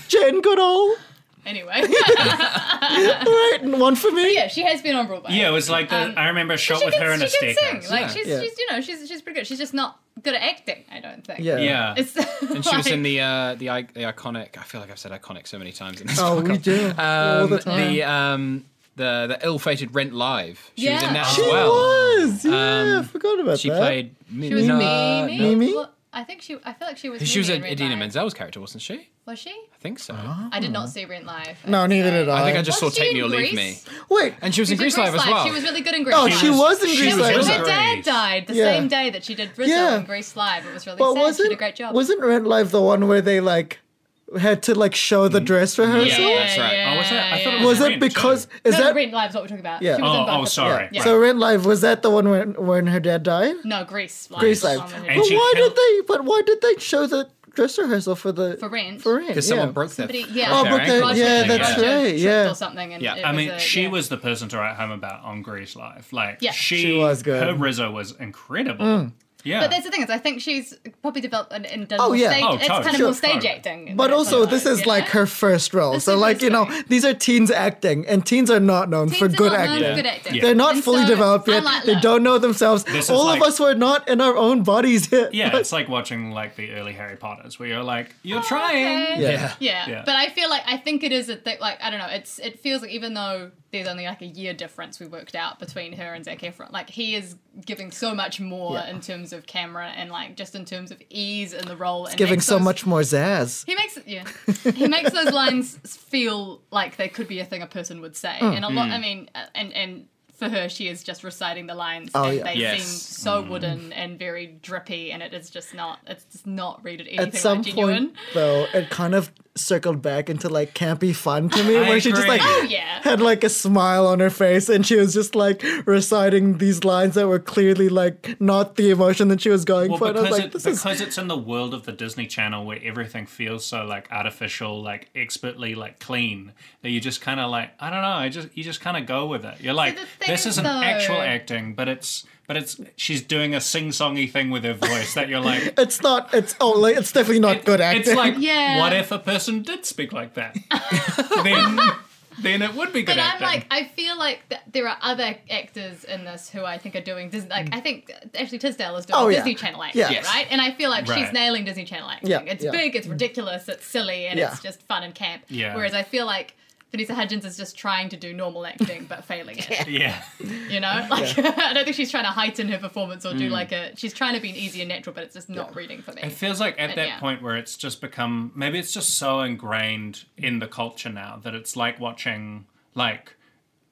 Jane Goodall.
Anyway.
All right, and one for me.
yeah, she has been on Broadway.
Yeah, it was like the,
Um,
I remember a shot
she
with
can,
her in a
she can sing.
staircase.
Like
Yeah.
she's,
Yeah.
she's, you know, she's she's pretty good. She's just not good at acting. I don't think.
Yeah.
yeah,
It's
And she was in the uh, the i- the iconic. I feel like I've said iconic so many times in this.
Oh, we
podcast.
do all
Um,
the time.
the um, the the ill-fated Rent Live. She was
Yeah.
in that
She
as well.
was. Yeah,
Um,
I forgot about
She
that.
played.
She was
no,
Mimi.
no.
Mimi?
Well, I think she. I feel like she was.
She was
Mimi
a,
in Rent
Idina
Live.
Menzel's character, wasn't she?
Was she?
I think so.
Ah.
I did not see Rent Live.
No, neither did I.
I think I just
Wasn't
saw
she
Take Me
in
or Leave Me,
Grease?
wait.
and she was in Grease Live as well.
She was really good in Grease.
Oh,
Live.
she was in
she
Grease
was
Live.
in
wasn't
Her
Grease.
dad died the
Yeah.
same day that she did Rizzo
Yeah.
in Grease Live. It was really
But
sad.
wasn't
she did a great job.
wasn't Rent Live the one where they like had to like show
Mm.
the dress rehearsal?
Yeah,
that's right.
Oh, was that- I thought it
yeah.
Was
Rent
it
too.
because is
No,
that
Rent Live's what we're talking about.
Yeah.
She was in
Oh,
both
oh,
of them.
sorry.
Yeah.
so? Rent Live was that the one when when her dad died?
No, Grease Live.
Grease
Oh,
Live.
my
But
And
goodness.
she
why
killed-
did they? But why did they show the dress rehearsal for the
For Rent?
For Rent,
because
yeah.
someone broke their.
Somebody, yeah.
Oh,
their
Brooke,
ankle or
Roger-
yeah,
something,
that's
Roger
right.
tripped
yeah.
or something. And
Yeah.
it
I
I mean,
was a-
she
yeah.
was the person to write home about on Grease Life. Like,
Yeah.
she,
She was good. Mm.
Her Rizzo was incredible. Yeah,
But that's the thing is, I think she's probably developed and, and done
Oh,
more
yeah.
stage.
Oh,
it's
totally.
kind of
Sure.
more stage
Totally.
acting.
But
than
also,
it's
this is
yeah.
like her first role.
This
so,
is
like,
first
you know,
role.
these are teens acting, and teens are not known
Teens
for
are
good
not known
acting.
for good acting.
Yeah.
They're not
And
fully
so,
developed yet.
unlike
they
that-
don't know themselves.
This is
All of
like-
us were not in our own bodies yet.
yeah, it's like watching like the early Harry Potters, where you're like, you're trying.
Oh, Okay.
Yeah.
Yeah.
Yeah.
Yeah.
but I feel like I think it is a thing. Like I don't know, it's it feels like even though there's only like a year difference we worked out between her and Zac Efron, like he is giving so much more
Yeah.
in terms of camera and like just in terms of ease in the role. and
Giving
makes
so
those-
much more zazz.
He makes yeah, he makes those lines feel like they could be a thing a person would say,
Mm.
and a lot. I mean, uh, and and for her, she is just reciting the lines,
Oh,
and
yeah. Mm.
they
Yes.
seem so wooden and very drippy, and it is just not. It's just not read at anything
At some
like genuine.
point, though, it kind of circled back into like campy fun to me,
I
where she just
agree.
like
Oh yeah.
had like a smile on her face and she was just like reciting these lines that were clearly like not the emotion that she was going
Well,
for. And I
because,
was like,
it,
this is
because it's in the world of the Disney Channel where everything feels so like artificial, like expertly like clean that you just kind of like I don't know, I just you just kind of go with it. You're like
the thing
this
is,
isn't
though-
actual acting, but it's but it's she's doing a sing-songy thing with her voice that you're like
it's not it's oh like it's definitely not good acting.
It's like
Yeah.
what if a person did speak like that? then then it would be good
But I'm
acting.
like, I feel like th- there are other actors in this who I think are doing Disney. Like, I think uh, Ashley Tisdale is doing
Mm. Oh, yeah.
Disney Channel acting,
Yeah. Yes.
right? And I feel like she's
Right.
nailing Disney Channel acting.
Yeah,
It's
yeah. Mm.
big, it's ridiculous, it's silly, and
Yeah.
it's just fun and camp.
Yeah.
Whereas I feel like Vanessa Hudgens is just trying to do normal acting but failing it.
yeah.
You know, like I don't think she's trying to heighten her performance or do
Mm.
like a. She's trying to be an easy and natural, but it's just not reading for me.
It feels like at
And
that
yeah.
point where it's just become maybe it's just so ingrained in the culture now that it's like watching like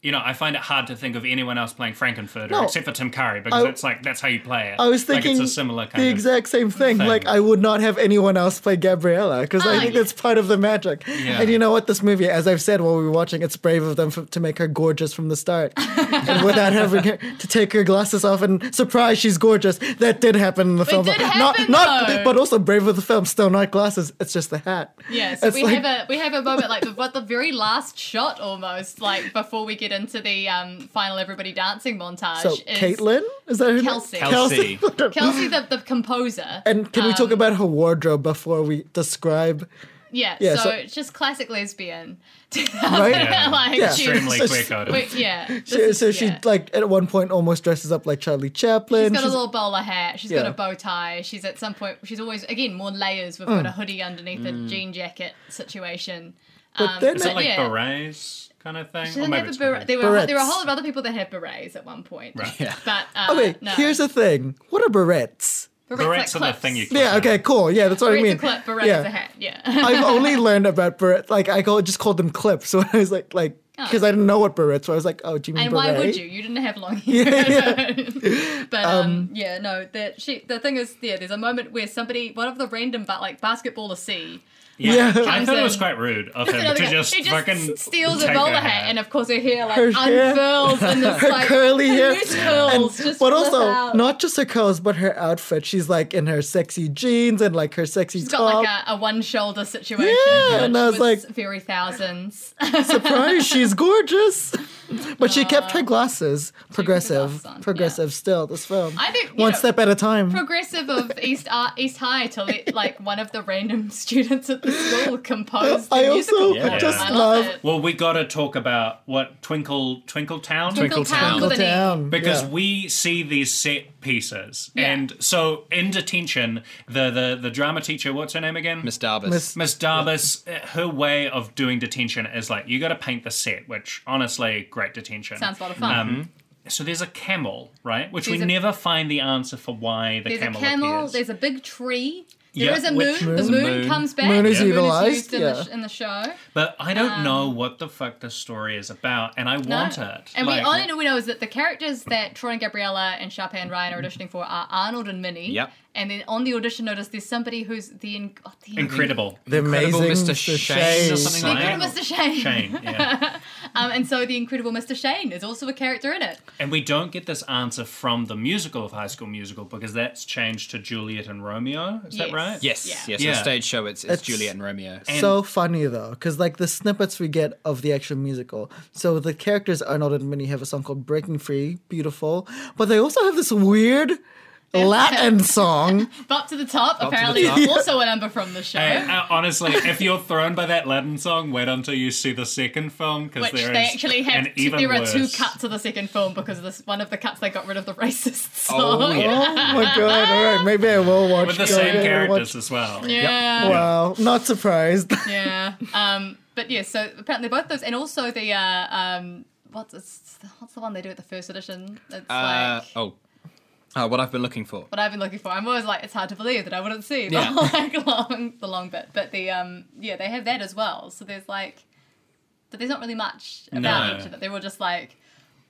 you know, I find it hard to think of anyone else playing Frankenfurter
No.
except for Tim Curry because
I-
it's like that's how you play it.
I was
like
thinking
it's a similar kind
the
of
exact same thing.
thing.
Like I would not have anyone else play Gabriella because I
Ah,
think
yeah.
that's part of the magic.
Yeah.
And you know what? This movie, as I've said while we were watching, it's brave of them for, to make her gorgeous from the start, and without having her to take her glasses off and surprise, she's gorgeous. That did happen in the film.
did
not,
happen,
not,
though.
but also brave of the film. Still not glasses. It's just the hat.
Yes,
It's
we
like-
have a we have a moment like the, what the very last shot almost like before we get into the um, final everybody dancing montage.
So
is
Caitlin is that her name?
Kelsey.
Kelsey.
Kelsey, the, the composer.
And can we
Um,
talk about her wardrobe before we describe?
yeah,
yeah,
so,
so-
it's just classic lesbian.
Right?
Yeah.
like
Yeah.
she's-
extremely
So-
quick out of
wait, yeah, this
So,
is-
so she
yeah.
like at one point almost dresses up like Charlie Chaplin.
She's got a
She's-
little bowler hat. She's got
Yeah.
a bow tie. She's at some point. She's always again more layers. We've got
Mm.
a hoodie underneath a jean jacket situation. Um,
But then
Mm. Is it like
yeah.
berets kind of thing?
She didn't have a
it's
beret. There
berets.
were, there were a
Barrettes.
whole lot of other people that had berets at one point.
Right.
But uh,
Okay,
no.
here's the thing. What are barrettes?
Barrettes are the
clips.
thing you clip
Yeah.
on.
Okay. Cool. Yeah. That's what I
Barrettes
mean.
a clip, barrettes
yeah.
a hat. Yeah.
I've only learned about barrettes. Like I call, just called them clips. So I was like, like, because I didn't know what barrettes were. I was like, oh, do you mean
Oh. And why would
beret?
you? You didn't have long hair. but um, yeah, no, that she the thing is, yeah, there's a moment where somebody one of the random but like basketballer C
Yeah,
Yeah.
I thought it was
Johnson.
quite rude of him
Another
to
guy.
just,
she just
fucking
steals a
take
bowler
their
hat. and of course her hair like
Her hair.
unfurls and this
Her
like
curly
her
hair.
loose curls just
but
flip
also,
out.
not just her curls, but her outfit. She's like in her sexy jeans and like her sexy
She's
top.
got like a, a one shoulder situation.
Um, Yeah, and
which
I was like-
very thousands.
Surprise, she's gorgeous. But she kept her glasses. Progressive.
glasses on, yeah.
Progressive still, this film.
I think, you
One
know,
step at a time.
Progressive of East uh, East High to let like one of the random students at the school compose. The
I
musical
also
for them.
just
I
love
it.
Well, we gotta talk about what Twinkle Twinkle Town
Twinkle Town
Town.
with an E.
Down.
because
yeah.
we see these set pieces,
Yeah.
and so in detention, the the the drama teacher, what's her name again?
Miss Darbus.
Miss-
Miss Darbus, uh, her way of doing detention is like you got to paint the set, which honestly, great detention.
Sounds a lot of fun.
Um, so there's a camel, right? Which
There's
we
a-
never find the answer for why the
There's
camel
a camel.
appears.
There's a big tree.
Yeah,
There is a
which-
moon. The
There's
moon,
a moon.
comes back.
Moon is
The
utilised,
used in, the
yeah.
sh- in the show.
But I don't know what the fuck the story is about, and I
um, No.
want it.
And
Like-
we only know we know is that the characters that Troy and Gabriella and Sharpay and Ryan are auditioning for are Arnold and Minnie.
Yep.
And then on the audition notice, there's somebody who's the in- oh, the
incredible.
the
Incredible
amazing
Mr.
Mr.
Or
Shane.
Shane.
something
The
like
Incredible
that.
Mr. Shane.
Shane, yeah.
Um, and so the Incredible Mr. Shane is also a character in it.
and we don't get this answer from the musical of High School Musical because that's changed to Juliet and Romeo. Is that
Yes.
right?
yes,
Yeah.
yes.
Yeah.
The stage show. It's, it's,
It's-
Juliet and Romeo.
so funny though, because like the snippets we get of the actual musical. So the characters Arnold and Minnie have a song called "Breaking Free," beautiful, but they also have this weird Latin song.
Bop to the Top,
to the
apparently,
Top.
is also a number from the show.
Hey, uh, honestly, if you're thrown by that Latin song, wait until you see the second film because
Which
there is
they actually have.
an
Two,
even
there
worse.
are two cuts of the second film because of this one of the cuts they got rid of the racist song.
Oh yeah.
Oh my god! All right, maybe I will watch.
with the
go
same
ahead and watch-
characters as well.
Yeah.
Wow, not surprised.
Yeah. Um, but yeah, so apparently both those, and also the uh, um, what's it's, what's the one they do at the first edition? It's
Uh,
like
oh, uh, what I've been looking for.
what I've been looking for. I'm always like, it's hard to believe that I wouldn't see the
Yeah.
like long the long bit. But the um, yeah, they have that as well. So there's like, but there's not really much about
No.
each of it. They were just like,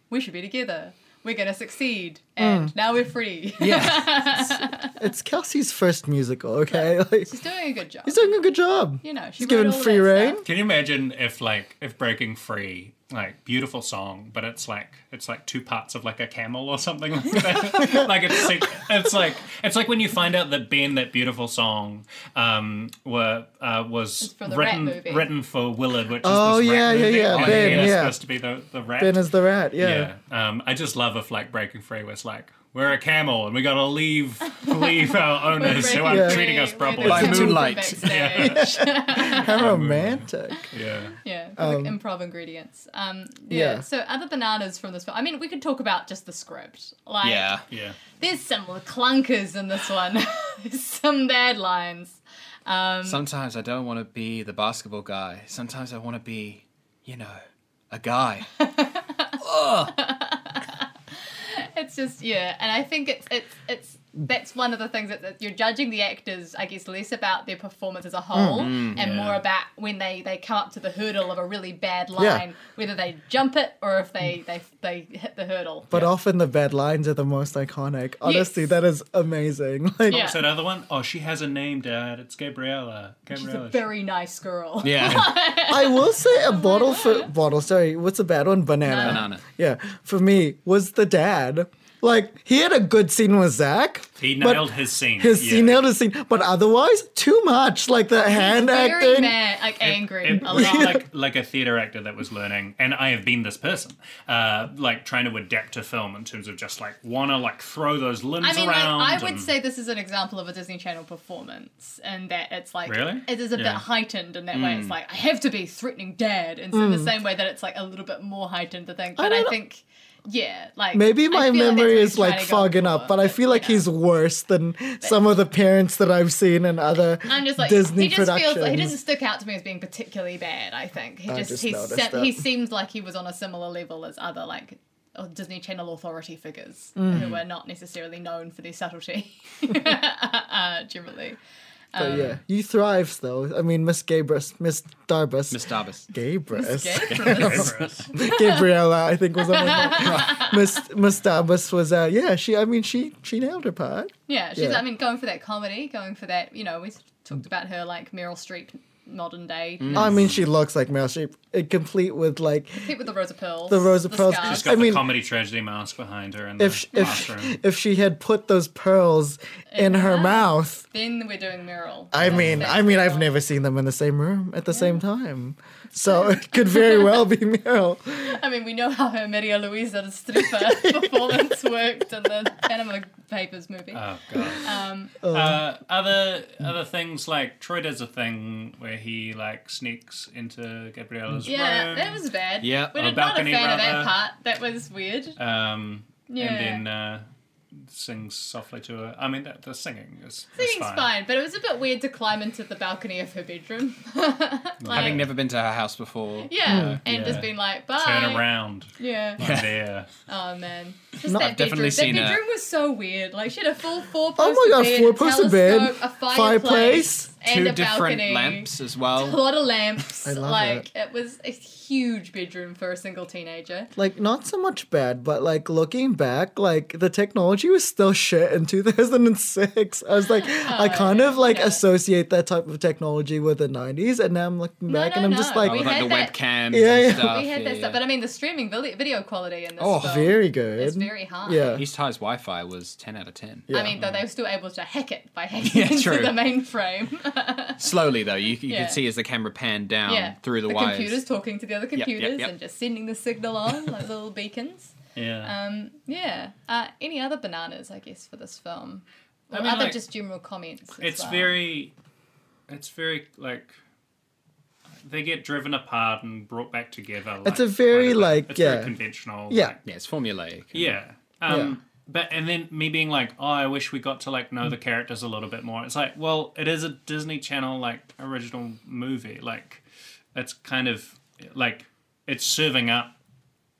we should be together. We're gonna succeed, and now we're free.
Yeah.
it's Kelsey's first musical. Okay, like,
She's doing a good job.
he's doing a good job.
you know, she
he's
wrote
given
all
free
that
reign.
stuff.
Can you imagine if like if Breaking Free, like beautiful song, but it's like it's like two parts of like a camel or something like that. like it's like, it's like it's like when you find out that Ben, that beautiful song, um, were uh, was
for the rat
written
movie.
written for Willard, which
Oh,
is this
yeah,
rat
yeah,
movie.
yeah,
and
Ben,
is
yeah.
supposed to be the the rat.
Ben is the rat.
yeah. Um, I just love if like Breaking Free was like. We're a camel, and we gotta leave leave our owners who
Breaking
aren't
Yeah.
treating us
free.
properly.
By
We're the children
moonlight.
backstage.
yeah. How romantic.
Yeah.
Yeah, for the improv ingredients. Um, yeah.
yeah.
So other bananas from this film. I mean, we could talk about just the script. Like,
yeah.
Yeah.
there's some clunkers in this one. There's some bad lines. Um,
Sometimes I don't want to be the basketball guy. Sometimes I want to be, you know, a guy.
it's just yeah, and I think it's it's it's that's one of the things that, that you're judging the actors, I guess, less about their performance as a whole and more about when they they come up to the hurdle of a really bad line, whether they jump it or if they they they hit the hurdle.
But often the bad lines are the most iconic. Honestly,
Yes.
that is amazing. Like,
Yeah.
What's that other one? Oh, she has a name, Dad. It's Gabriella.
She's a
Gabriella.
very nice girl.
Yeah.
I will say
Oh
a bottle for bottle. Sorry, what's a bad one? Banana.
Banana.
Yeah, for me was the dad. Like he had a good scene with Zach.
he
but
nailed his scene.
His
yeah.
he nailed his scene, but otherwise too much. Like the hand
very
acting.
mad, like angry
It
a
was
lot.
like like a theater actor that was learning, and I have been this person, uh, like trying to adapt to film in terms of just like wanna like throw those limbs
I mean, like,
around.
I would
and-
say this is an example of a Disney Channel performance, and that it's like
Really?
it is a bit
Yeah.
heightened in that way. It's like I have to be threatening dad, and so in the same way that it's like a little bit more heightened. The thing, but I,
Hmm. don't know.
think, yeah, like
Maybe
I
my
feel that's
memory
what he's
is like
trying to go
fogging
for,
up, but I feel like
you know.
he's worse than some of the parents that I've seen in other
I'm just like
Disney
he just
productions.
feels like he doesn't stick out to me as being particularly bad. I think he
I
just,
just
he
noticed
se-
that.
he seemed like he was on a similar level as other like or Disney Channel authority figures
Hmm.
who are not necessarily known for their subtlety uh, generally.
But
Um,
yeah, you thrives though. I mean, Miss Gabrus, Miss Darbus,
Miss Darbus.
Gabrus,
Okay?
Gabriella, I think was the one. that- Miss Miss Darbus was uh, yeah. She, I mean, she she nailed her part.
yeah, she's,
Yeah.
I mean, going for that comedy, going for that, you know, we talked about her like Meryl Streep modern day,
I mean, she looks like Meryl Streep, uh, complete with like
people with the Rosa Pearls.
Mm. the Rosa Pearls.
scars.
She's got
I
the
mean-
comedy tragedy mask behind her in
if
the
sh- if sh-
classroom.
if she had put those pearls in her mouth.
Then we're doing Meryl.
I
That's
mean,
that
I mean, I've
Meryl.
never seen them in the same room at the same time, so it could very well be Meryl.
I mean, we know how her Maria Luisa de Stripper performance worked in the Panama Papers movie.
Oh god.
Um,
Uh, other other things like Troy does a thing where he like sneaks into Gabriella's
yeah,
room.
that was bad.
Yeah,
we're
on
not,
the
not a
balcony,
fan of that
rather.
part. That was weird.
um,
Yeah.
and then uh, sings softly to her. I mean, that, the singing is is
Singing's fine. but it was a bit weird to climb into the balcony of her bedroom. like,
Having never been to her house before.
yeah,
Mm.
and just
Yeah.
being like, bye.
Turn around.
Yeah.
I'm there.
Oh man, just
No,
that
I've
definitely
bedroom.
seen
that
it.
bedroom was so weird. Like she had a full four
Oh
poster
my God,
bed,
four-poster bed,
telescope, a fireplace,
fireplace,
and
Two
a
different
balcony.
lamps as
a
well.
lot of lamps.
I love
like it. was a huge bedroom for a single teenager.
Like, not so much bad, but like looking back, like the technology was still shit in 2006. I was like, I kind of like
yeah.
associate that type of technology with the 90s, and now I'm looking
No,
back
no,
and I'm
no.
just
Oh,
like,
We
with like
had
the
that-
webcams
Yeah, yeah.
and stuff.
we
Ah,
had
yeah,
that stuff, but I mean the streaming vide- video quality in this.
Oh,
film
very good.
It's very hard.
yeah.
East High's Wi Fi was 10 out of 10.
I mean, though they were still able to hack it by hacking
Yeah,
into
true.
the mainframe.
Slowly, though, you, you
Yeah.
could see as the camera panned down
yeah,
through the,
the
wires.
computers talking to the other
yep,
computers
yep.
and just sending the signal on like little beacons.
Yeah.
Um, yeah. Uh, any other bananas, I guess, for this film? Or
I mean,
other
like,
just general comments. as
it's
well?
very, it's very like. They get driven apart and brought back together. Like,
a
quite
very,
a bit.
like,
it's very
yeah.
conventional.
Yeah.
like,
Yeah, it's formulaic.
Yeah. Um, But and then me being like, oh, I wish we got to like know the characters a little bit more. It's like, well, it is a Disney Channel like original movie. Like, it's kind of like it's serving up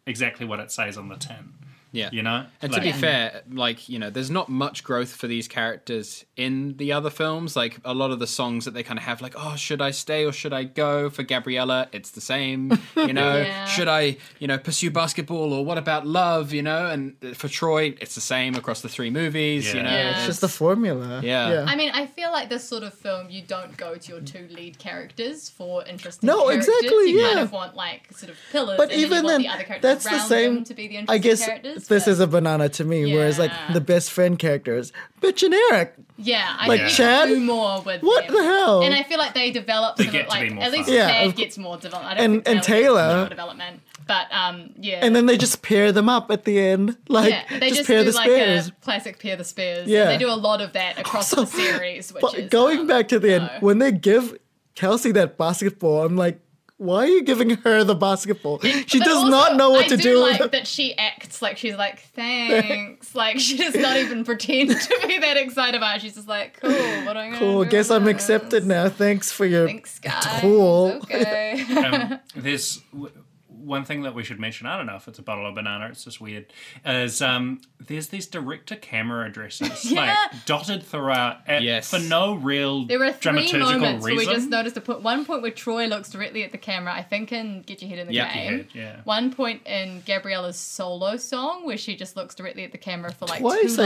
exactly what it says on the tin.
Yeah.
You know.
And
like,
to be fair, like, you know, there's not much growth for these characters in the other films. Like, a lot of the songs that they kind of have, like, oh, should I stay or should I go? For Gabriella, it's the same. You know,
Yeah.
should I, you know, pursue basketball or what about love? You know, and uh, for Troy, it's the same across the three movies. You
Yeah.
know,
Yeah.
It's just the formula.
Yeah.
I mean, I feel like this sort of film, you don't go to your two lead characters for interesting.
No,
characters.
exactly,
You kind
yeah.
of want like sort of pillars,
But
but and even
even
then, you want
then,
the other
that's
characters
the
around
same-
them to be the interesting
I guess
characters.
this
but-
is a banana to me, whereas like
Yeah.
the best friend characters, bitch and Eric.
yeah, I
like
think
Chad?
do more with
What
them.
the hell?
And I feel like they develop some
get
of,
to be
like
more
at least
fun.
Yeah,
Chad
of cou-
gets more development. I don't
And-
think
and
Taylor gets
Taylor.
more development, but um, yeah,
and then they just pair them up at the end, like
yeah, they
just,
just,
pair
do
the
like
spares.
a classic pair the spares.
Yeah.
Yeah, they do a lot of that across
Also,
the series. Which
But
is,
going
um,
back to the end,
no.
when they give Kelsey that basketball, I'm like, why are you giving her the basketball? She
But
does
also,
not know what
I
to
do
do. with
Like
it.
that she acts like she's like thanks, like she does not even pretend to be that excited about. it. She's just like cool. What am I
Cool.
gonna do
Oh, Guess
with
I'm
this?
accepted now. Thanks for your.
Thanks, guys.
Cool.
Okay.
um, there's w- one thing that we should mention. I don't know if it's a bottle of banana. It's just weird. Is um, there's these director camera addresses
Yeah.
like dotted throughout at,
Yes.
for no real
There were three
dramaturgical reason.
moments where we just noticed a point. One point where Troy looks directly at the camera, I think, in Get Your Head in the
Yeah, Get
Game.
Your Head, yeah.
One point in Gabriella's solo song where she just looks directly at the camera for like
Twice,
two
I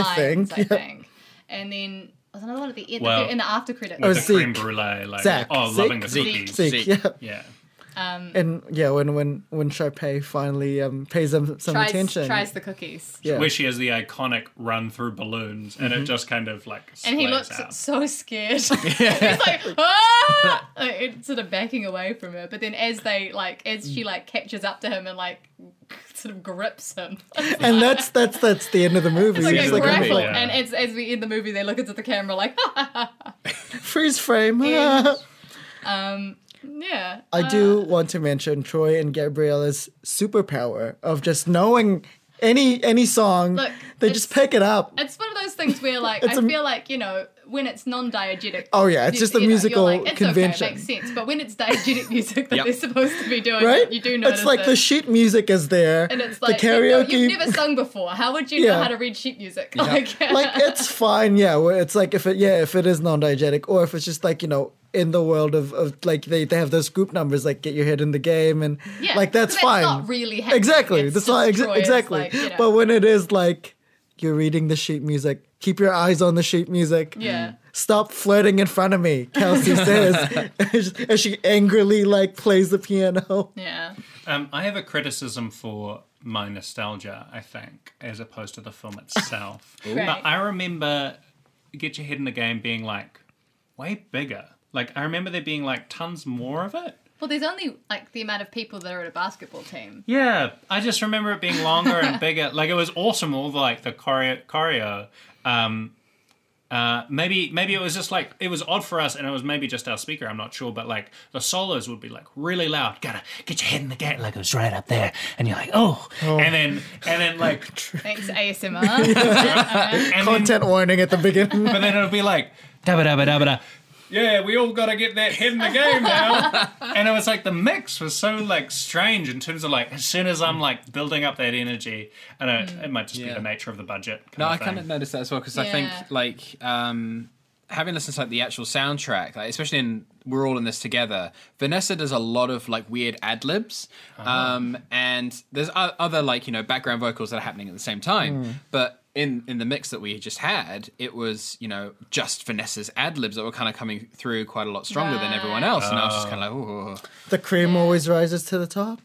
think,
lines, I
yeah.
think. And then was another one at the end,
Well-
in the after credits.
Oh,
with the creme
Zeke.
brulee, like
Zach.
oh,
Zeke.
loving the
Zeke.
cookies.
Zeke,
Zeke.
yeah,
Yeah,
Oh,
um,
and yeah, when when when Sharpay finally um pays them some
tries,
attention,
tries the cookies.
yeah, Mm-hmm.
where she has the iconic run through balloons, and it just kind of like
And he
splays
looks
out.
so scared. He's like, ah! Like, it's sort of backing away from her. But then as they, like, as she, like, catches up to him and, like, sort of grips him.
and that's that's that's the end of the movie.
It's like
It's
a
Yeah,
like,
the
grapple,
movie,
like,
yeah.
and as, as we end the movie, they look into the camera like,
freeze frame.
Yeah. um, yeah.
I
uh,
do want to mention Troy and Gabriella's superpower of just knowing any any song.
Look,
they just
it's-
pick it up.
It's one of those things where like I
It's a-
feel like you know when it's non-diegetic.
Oh, yeah, it's
you-
just a
you know, you're
musical
like, it's
convention.
Okay, it makes sense, but when it's diegetic music that
Yep.
they're supposed to be doing,
right?
you do notice
It's like
it.
the sheet music is there,
and it's like
the
you know,
karaoke.
you've never sung before. How would you know
Yeah.
how to read sheet music? Like,
like it's fine, yeah. Where it's like if it yeah if it is non-diegetic or if it's just like you know in the world of, of like they, they have those group numbers like get your head in the game and
Yeah,
like that's
but that's
fine.
not really happening.
exactly.
It's
that's not exa-
destroyers,
exactly.
like, you know.
But when it is like you're reading the sheet music, keep your eyes on the sheet music.
Yeah.
Stop flirting in front of me, Kelsey says, as she angrily like plays the piano.
yeah.
Um, I have a criticism for my nostalgia, I think, as opposed to the film itself.
Right.
But I remember Get Your Head in the Game being like way bigger. Like, I remember there being like tons more of it.
Well, there's only like the amount of people that are at a basketball team.
Yeah, I just remember it being longer and bigger. Like it was awesome, all the like the choreo. choreo. Um, uh, maybe maybe it was just like it was odd for us, and it was maybe just our speaker. I'm not sure, but like the solos would be like really loud. Gotta get your head in the gate, like it was right up there, and you're like, oh, and then and then like
Thanks ASMR.
and then,
Content warning at the beginning.
but then it'll be like da ba da ba da ba da. Yeah, we all gotta get that head in the game now. and it was like the mix was so like strange in terms of like as soon as I'm like building up that energy, and it, it might just be
Yeah.
the nature of the budget. Kind
No,
of
I
thing.
kind of noticed that as well because I
Yeah.
think like um, having listened to like the actual soundtrack, like, especially in we're all in this together. Vanessa does a lot of like weird ad libs, um, and there's o- other like you know background vocals that are happening at the same time, but. In, in the mix that we just had, it was you know just Vanessa's ad libs that were kind of coming through quite a lot stronger than everyone
Right.
else, and I was just kind of like, oh,
the cream always rises to the top.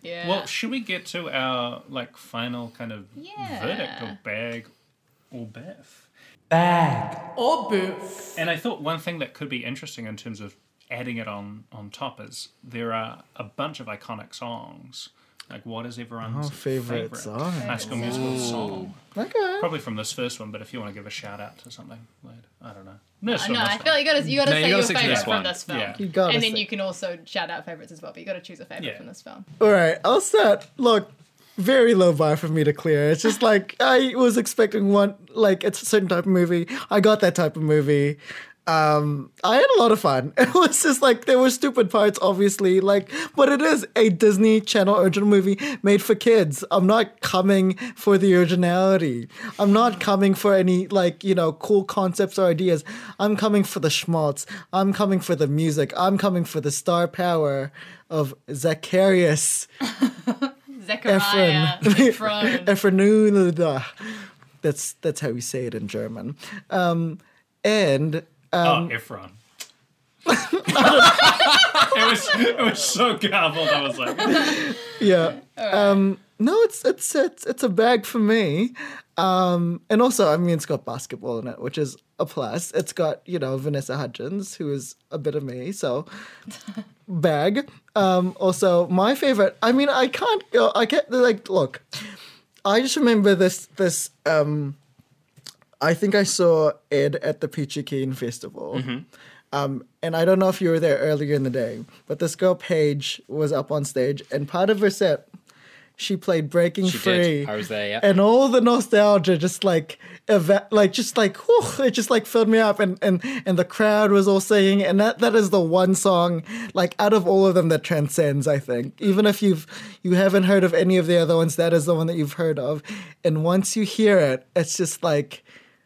yeah.
Well, should we get to our like final kind of
Yeah.
verdict or bag or biff? Bag or biff. And I thought one thing that could be interesting in terms of adding it on on top is there are a bunch of iconic songs. Like what is everyone's
Oh, favorite
favorite
song.
High School Musical song?
Okay.
Probably from this first one, but if you want to give a shout out to something later, I don't know. No,
Uh, no, I feel like you gotta you gotta
No, you
say
gotta
your
stick to
favorite
this
from
one.
this film,
Yeah.
You gotta
and then
stick-
you can also shout out favorites as well. But you gotta choose a favorite
Yeah.
from this film.
All right, I'll start. Look, very low bar for me to clear. It's just like I was expecting one, like it's a certain type of movie. I got that type of movie. Um, I had a lot of fun. It was just like there were stupid parts, obviously, like, but it is a Disney Channel original movie made for kids. I'm not coming for the originality. I'm not coming for any like you know cool concepts or ideas. I'm coming for the schmaltz. I'm coming for the music. I'm coming for the star power of Zacharias.
Zechariah, Ephron.
Efrenunula. That's that's how we say it in German. Um, and uh,
oh, Efron. it was it was so garbled. I was like,
yeah, um, no, it's, it's it's it's a bag for me. Um, and also, I mean, it's got basketball in it, which is a plus. It's got you know Vanessa Hudgens, who is a bit of me, so bag. Um, also, my favorite. I mean, I can't go. I can't like look. I just remember this this um I think I saw Ed at the Peachy Keen Festival.
Mm-hmm.
Um, and I don't know if you were there earlier in the day, but this girl Paige was up on stage and part of her set she played Breaking
she
Free.
did. I was there, yeah.
And all the nostalgia just like eva- like just like whew, it just like filled me up and and and the crowd was all singing and that that is the one song like out of all of them that transcends I think even if you've you haven't heard of any of the other ones that is the one that you've heard of and once you hear it it's just like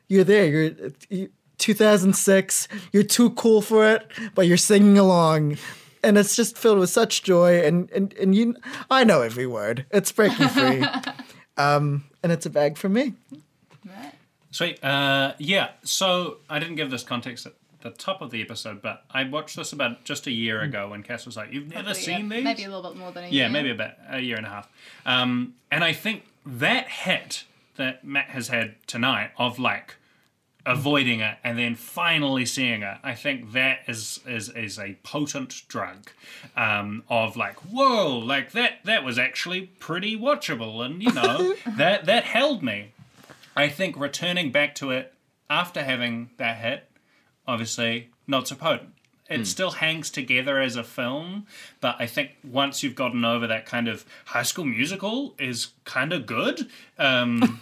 you're there you're you, 2006 you're too cool for it but you're singing along and it's just filled with such joy and and, and you I know every word it's breaking free and it's a bag for me.
Right.
Sweet. Uh, yeah. So I didn't give this context at the top of the episode, but I watched this about just a year ago when Cass was like, "You've never
Probably, Hmm. yeah,
seen these?"
Maybe a little bit more than a
yeah,
year.
maybe about a year and a half. Um, and I think that hit that Matt has had tonight of like avoiding it and then finally seeing it, I think that is is is a potent drug um, of like, whoa, like that that was actually pretty watchable, and you know that that held me. I think returning back to it after having that hit, obviously not so potent. It still hangs together as a film, but I think once you've gotten over that kind of high school musical is kind of good. Um,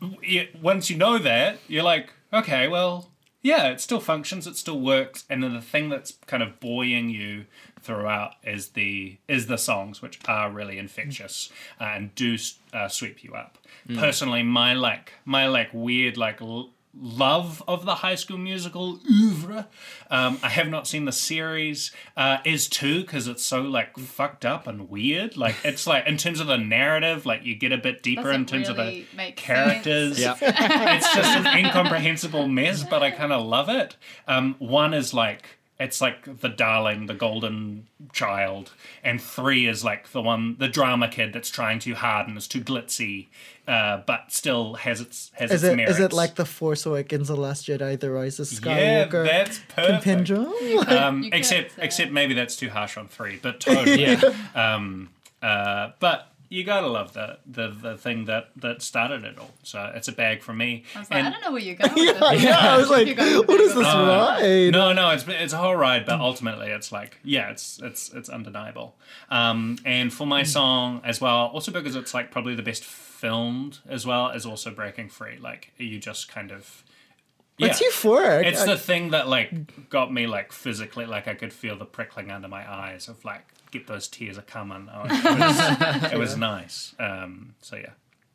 y- once you know that, you're like, okay, well, yeah, it still functions, it still works. And then the thing that's kind of buoying you throughout is the is the songs, which are really infectious uh, and do s- uh, sweep you up. Personally, my like my like weird like. L- Love of the High School Musical oeuvre. Um, I have not seen the series. Uh, is too because it's so like fucked up and weird. Like it's like in terms of the narrative, like you get a bit deeper in
Doesn't
terms
really
of the
make
characters.
sense.
it's just an incomprehensible mess, but I kind of love it. Um, one is like it's like the darling, the golden child, and three is like the one, the drama kid that's trying too hard and is too glitzy, uh, but still has its has
Is
its
it
merits.
is it like the Force Awakens, the Last Jedi, the Rise of
yeah,
Skywalker
that's perfect.
compendium?
Um,
You could
except
say.
except maybe that's too harsh on three, but totally. um, uh, but you gotta love the, the the thing that that started it all. So it's a bag for me.
I was like, I
And-
don't know where you're going.
yeah,
with this.
I was like,
You guys are
what is this
Uh,
ride?
No, no, it's it's a whole ride, but ultimately it's like yeah, it's it's it's undeniable. Um, and for
Mm.
my song as well, also because it's like probably the best filmed as well as also Breaking Free. Like you just kind of yeah.
It's euphoric.
It's
uh,
I-
the thing that like got me like physically like I could feel the prickling under my eyes of like get those tears a coming. Oh, it, was, it was nice. Um, so yeah.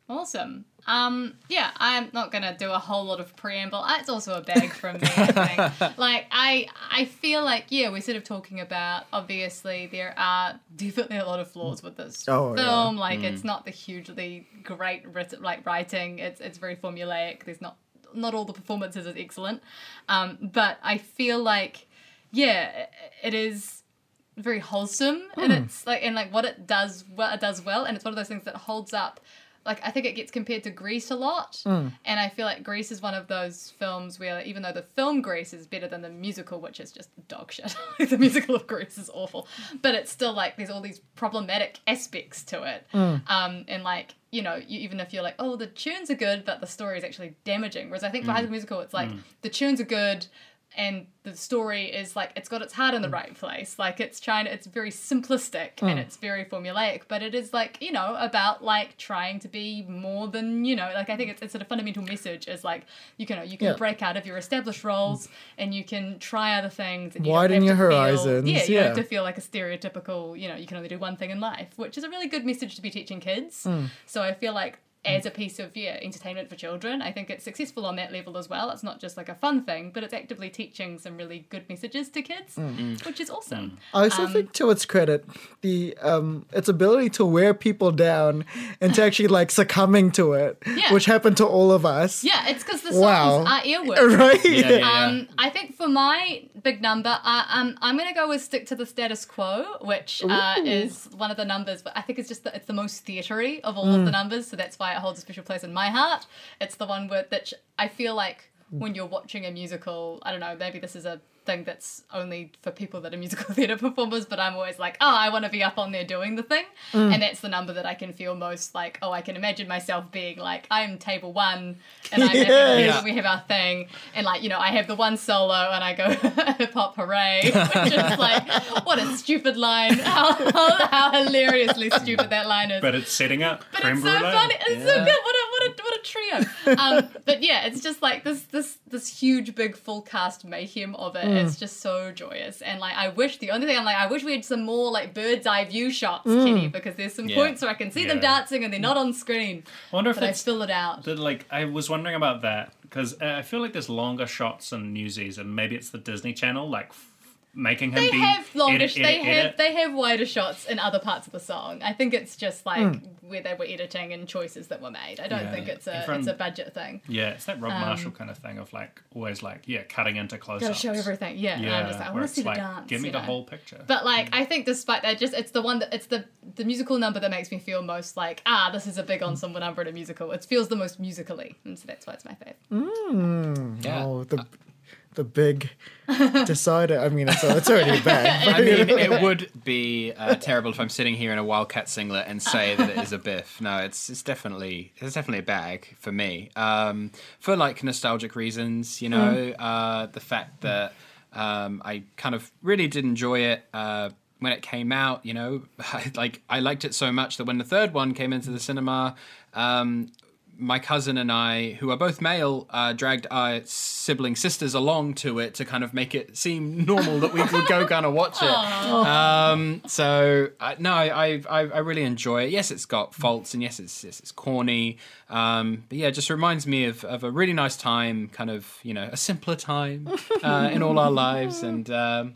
Awesome. Um, yeah, I'm not gonna do a whole lot of preamble. Uh, It's also a bag from me. I think. like I, I feel like yeah, we're sort of talking about. Obviously, there are definitely a lot of flaws with this
Oh, yeah.
film. Like it's not the hugely great writ- like writing. It's it's very formulaic. There's not not all the performances is excellent, um, but I feel like yeah, it is very wholesome and it's like and like what it does well it does well and it's one of those things that holds up like i think it gets compared to grease a lot and i feel like grease is one of those films where even though the film grease is better than the musical which is just dog shit the musical of grease is awful but it's still like there's all these problematic aspects to it um and like you know you, even if you're like oh the tunes are good but the story is actually damaging whereas i think for high school musical it's like the tunes are good and the story is like it's got its heart
Mm.
in the right place like it's trying it's very simplistic and it's very formulaic but it is like you know about like trying to be more than you know like i think it's, it's sort of fundamental message is like you can you can
Yeah. Mm.
break out of your established roles and you can try other things and you don't
Widen
have to
your
feel-
horizons,
yeah you don't have
yeah.
to feel like a stereotypical you know you can only do one thing in life which is a really good message to be teaching kids so i feel like as a piece of yeah entertainment for children i think it's successful on that level as well it's not just like a fun thing but it's actively teaching some really good messages to kids which is awesome
I also think, to its credit, the um, its ability to wear people down and to actually like succumbing to it,
Yeah.
which happened to all of us.
yeah it's because the songs
Wow.
are earworms
Right.
Yeah, yeah, yeah.
Um, I think for my big number, uh, um, I'm going to go with stick to the status quo, which uh, is one of the numbers, but I think it's just the, it's the most theatery of all of the numbers, so that's why it holds a special place in my heart. It's the one where that sh- I feel like when you're watching a musical, I don't know, maybe this is a thing that's only for people that are musical theatre performers, but I'm always like, oh, I want to be up on there doing the thing. And that's the number that I can feel most like, oh, I can imagine myself being like, I'm table one and I'm having a
Yes.
and we have our thing and like you know i have the one solo and i go hip hop hooray which is like what a stupid line how, how, how hilariously stupid that line is
But it's setting up.
but
creme
it's so
brulee.
funny. It's so good. What a what a what a trio. Um, but yeah, it's just like this this this huge big full cast mayhem of it. It's just so joyous. And like I wish the only thing I'm like I wish we had some more like bird's eye view shots, Kenny, because there's some
Yeah.
points where I can see them
Yeah.
dancing and they're not on screen.
I wonder if
But I
that's
fill it out.
that like I was wondering about that because I feel like there's longer shots in Newsies, and maybe it's the Disney Channel like f- making him
they
be
have longer
edit,
sh they
edit,
have
edit.
they have wider shots in other parts of the song i think it's just like
Hmm.
where they were editing and choices that were made i don't
Yeah.
think it's a
Everyone-
it's a budget thing
yeah, it's that Rob Marshall kind of thing of like always like yeah, cutting into close
Um, gotta
ups.
show everything yeah, and
Yeah,
i'm just like i
where
want to
it's
see
like,
the dance
Give me
you
the
know?
whole Hmm. picture.
But like, I think despite that, just it's the one that it's the the musical number that makes me feel most like ah, this is a
Hmm.
big ensemble number in a musical. It feels the most musically, and so that's why it's my fave.
Hmm.
Yeah.
Oh, the the big decider. I mean, it's, it's already back.
I mean, it would be uh, terrible if I'm sitting here in a Wildcat singlet and say that it is a biff. No, it's it's definitely it's definitely a bag for me. Um, for like nostalgic reasons, you know, uh, the fact that um, I kind of really did enjoy it. Uh, when it came out, you know, I, like I liked it so much that when the third one came into the cinema, um, my cousin and I, who are both male, uh, dragged our sibling sisters along to it to kind of make it seem normal that we would go kind of watch it. Um, so uh, no, I, I I I really enjoy it. Yes, it's got faults, and yes, it's yes, it's corny. Um, but yeah, it just reminds me of, of a really nice time, kind of you know a simpler time uh, in all our lives, and. Um,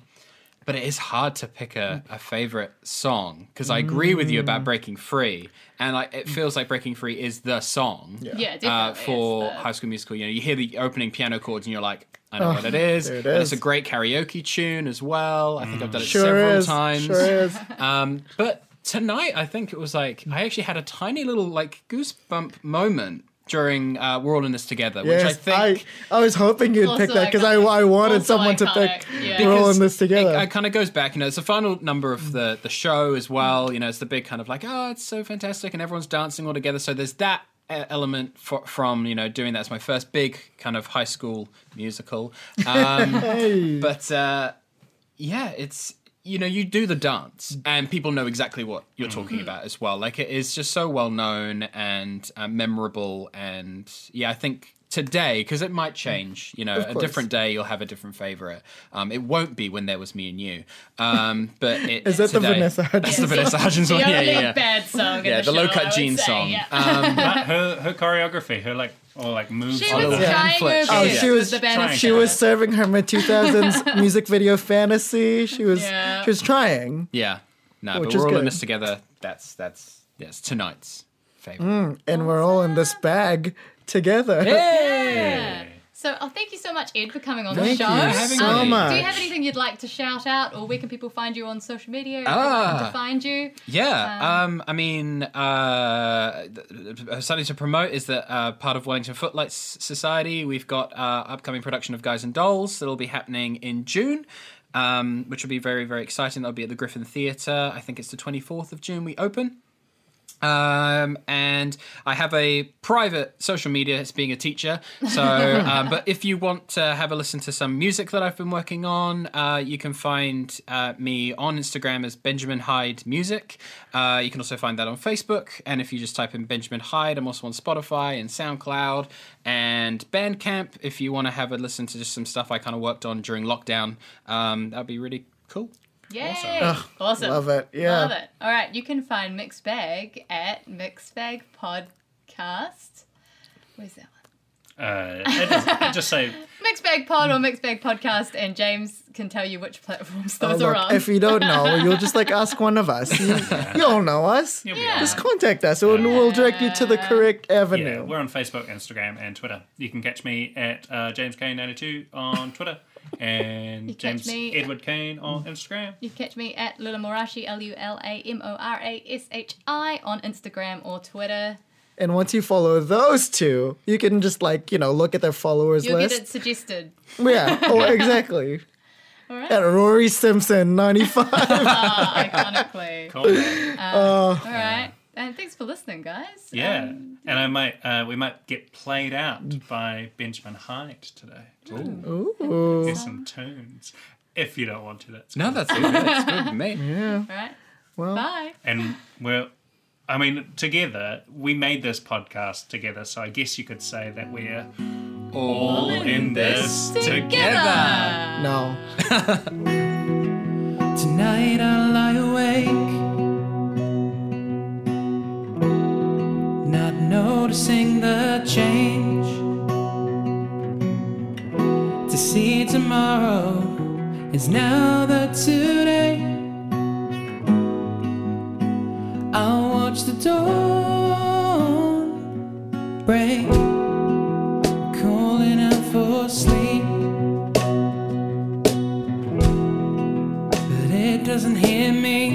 but it is hard to pick a, a favorite song because I agree with you about Breaking Free, and like it feels like Breaking Free is the song
Yeah, definitely.
uh,
it's
for
the-
High School Musical. You know, you hear the opening piano chords and you're like, I know what it is.
Oh, there it
And
is.
it's a great karaoke tune as well. I think I've done it
Sure
several
is.
times.
Sure is.
Um, but tonight, I think it was like I actually had a tiny little like goosebump moment during uh, "We're All in This Together," which I
Yes,
think.
I, I was hoping you'd
Also
pick that because I,
iconic.
I wanted
Also
someone
iconic,
to pick.
yeah.
We're all
because
in this together.
It, kind of goes back, you know. It's the final number of the the show as well. You know, it's the big kind of like, oh, it's so fantastic, and everyone's dancing all together. So there's that e- element for, from you know doing that. It's my first big kind of high school musical, um,
Hey.
but uh, yeah, it's you know you do the dance, and people know exactly what you're talking
Mm-hmm.
about as well. Like it is just so well known and uh, memorable, and yeah, I think. Today, because it might change, you know, a
Mm. course.
different day you'll have a different favorite. Um, it won't be when there was me and you, um, but it,
Is that the
today-
Vanessa
That's
Hudgens?
the Vanessa Hudgens one.
the
Yeah,
only
yeah, yeah.
bad song.
Yeah,
in the,
the low
show, I
cut
would
jean
say,
song.
yeah.
Um,
But her her choreography, her like or like moves.
She
on
was
the-
yeah.
dying
Flip.
over
Oh,
this
she
with
was
the banner.
she was serving her mid 2000s music video fantasy. She was
Yeah.
she was trying.
yeah. No,
Which is
but we're all in
good.
this together. That's that's yes tonight's favorite.
and we're all in this bag together.
Yeah.
So, oh, thank you so much, Ed, for coming on
Thank
the
you
show.
so
Um, Do
much.
you have anything you'd like to shout out, or where can people find you on social media? Or
Ah.
to find you.
Yeah, um, I mean, uh, th- th- something to promote is that uh, part of Wellington Footlights Society, we've got uh, upcoming production of Guys and Dolls that'll be happening in June, um, which will be very, very exciting. That'll be at the Griffin Theatre. I think it's the 24th of June we open. Um, and I have a private social media as being a teacher. So, um, but if you want to have a listen to some music that I've been working on, uh, you can find uh, me on Instagram as Benjamin Hyde Music. Uh, you can also find that on Facebook. And if you just type in Benjamin Hyde, I'm also on Spotify and SoundCloud and Bandcamp. If you want to have a listen to just some stuff I kind of worked on during lockdown, um, that'd be really cool.
Yay!
Awesome.
awesome.
Love it. Yeah.
Love it. All right, you can find Mixed Bag at Mixed Bag Podcast. Where's that one?
Uh, it doesn't- just say
Mixed Bag Pod or Mixed Bag Podcast, and James can tell you which platforms
Oh,
those
look,
are on.
if you don't know, you'll just like ask one of us. You, you all know us.
you'll
Yeah.
be
Just contact us and we'll direct you to the correct
all right. yeah.
avenue.
We're on Facebook, Instagram, and Twitter. You can catch me at uh, James Kane ninety two on Twitter and
catch
James
me-
Edward Kane on Instagram.
You can catch me at Lula Morashi, L U L A M O R A S H I, on Instagram or Twitter.
and once you follow those two, you can just like, you know, look at their followers
You'll
list.
get it suggested.
Yeah, oh, exactly.
All
At
right.
Rory Simpson, 95.
Ah, iconically. Um,
Cool.
Oh.
All right. And thanks for listening, guys.
yeah, and I might uh, we might get played out by Benjamin Hyde today.
Ooh.
Here's some tunes. If you don't want to, that's
No,
cool.
that's good. That's good with me.
All right.
Well,
Bye.
and we're i mean together we made this podcast together so i guess you could say that we're
All
in this
together.
no.
Tonight I lie awake, not noticing the change. To see tomorrow is now the today. I'll watch the dawn break, calling out for sleep. But it doesn't hear me.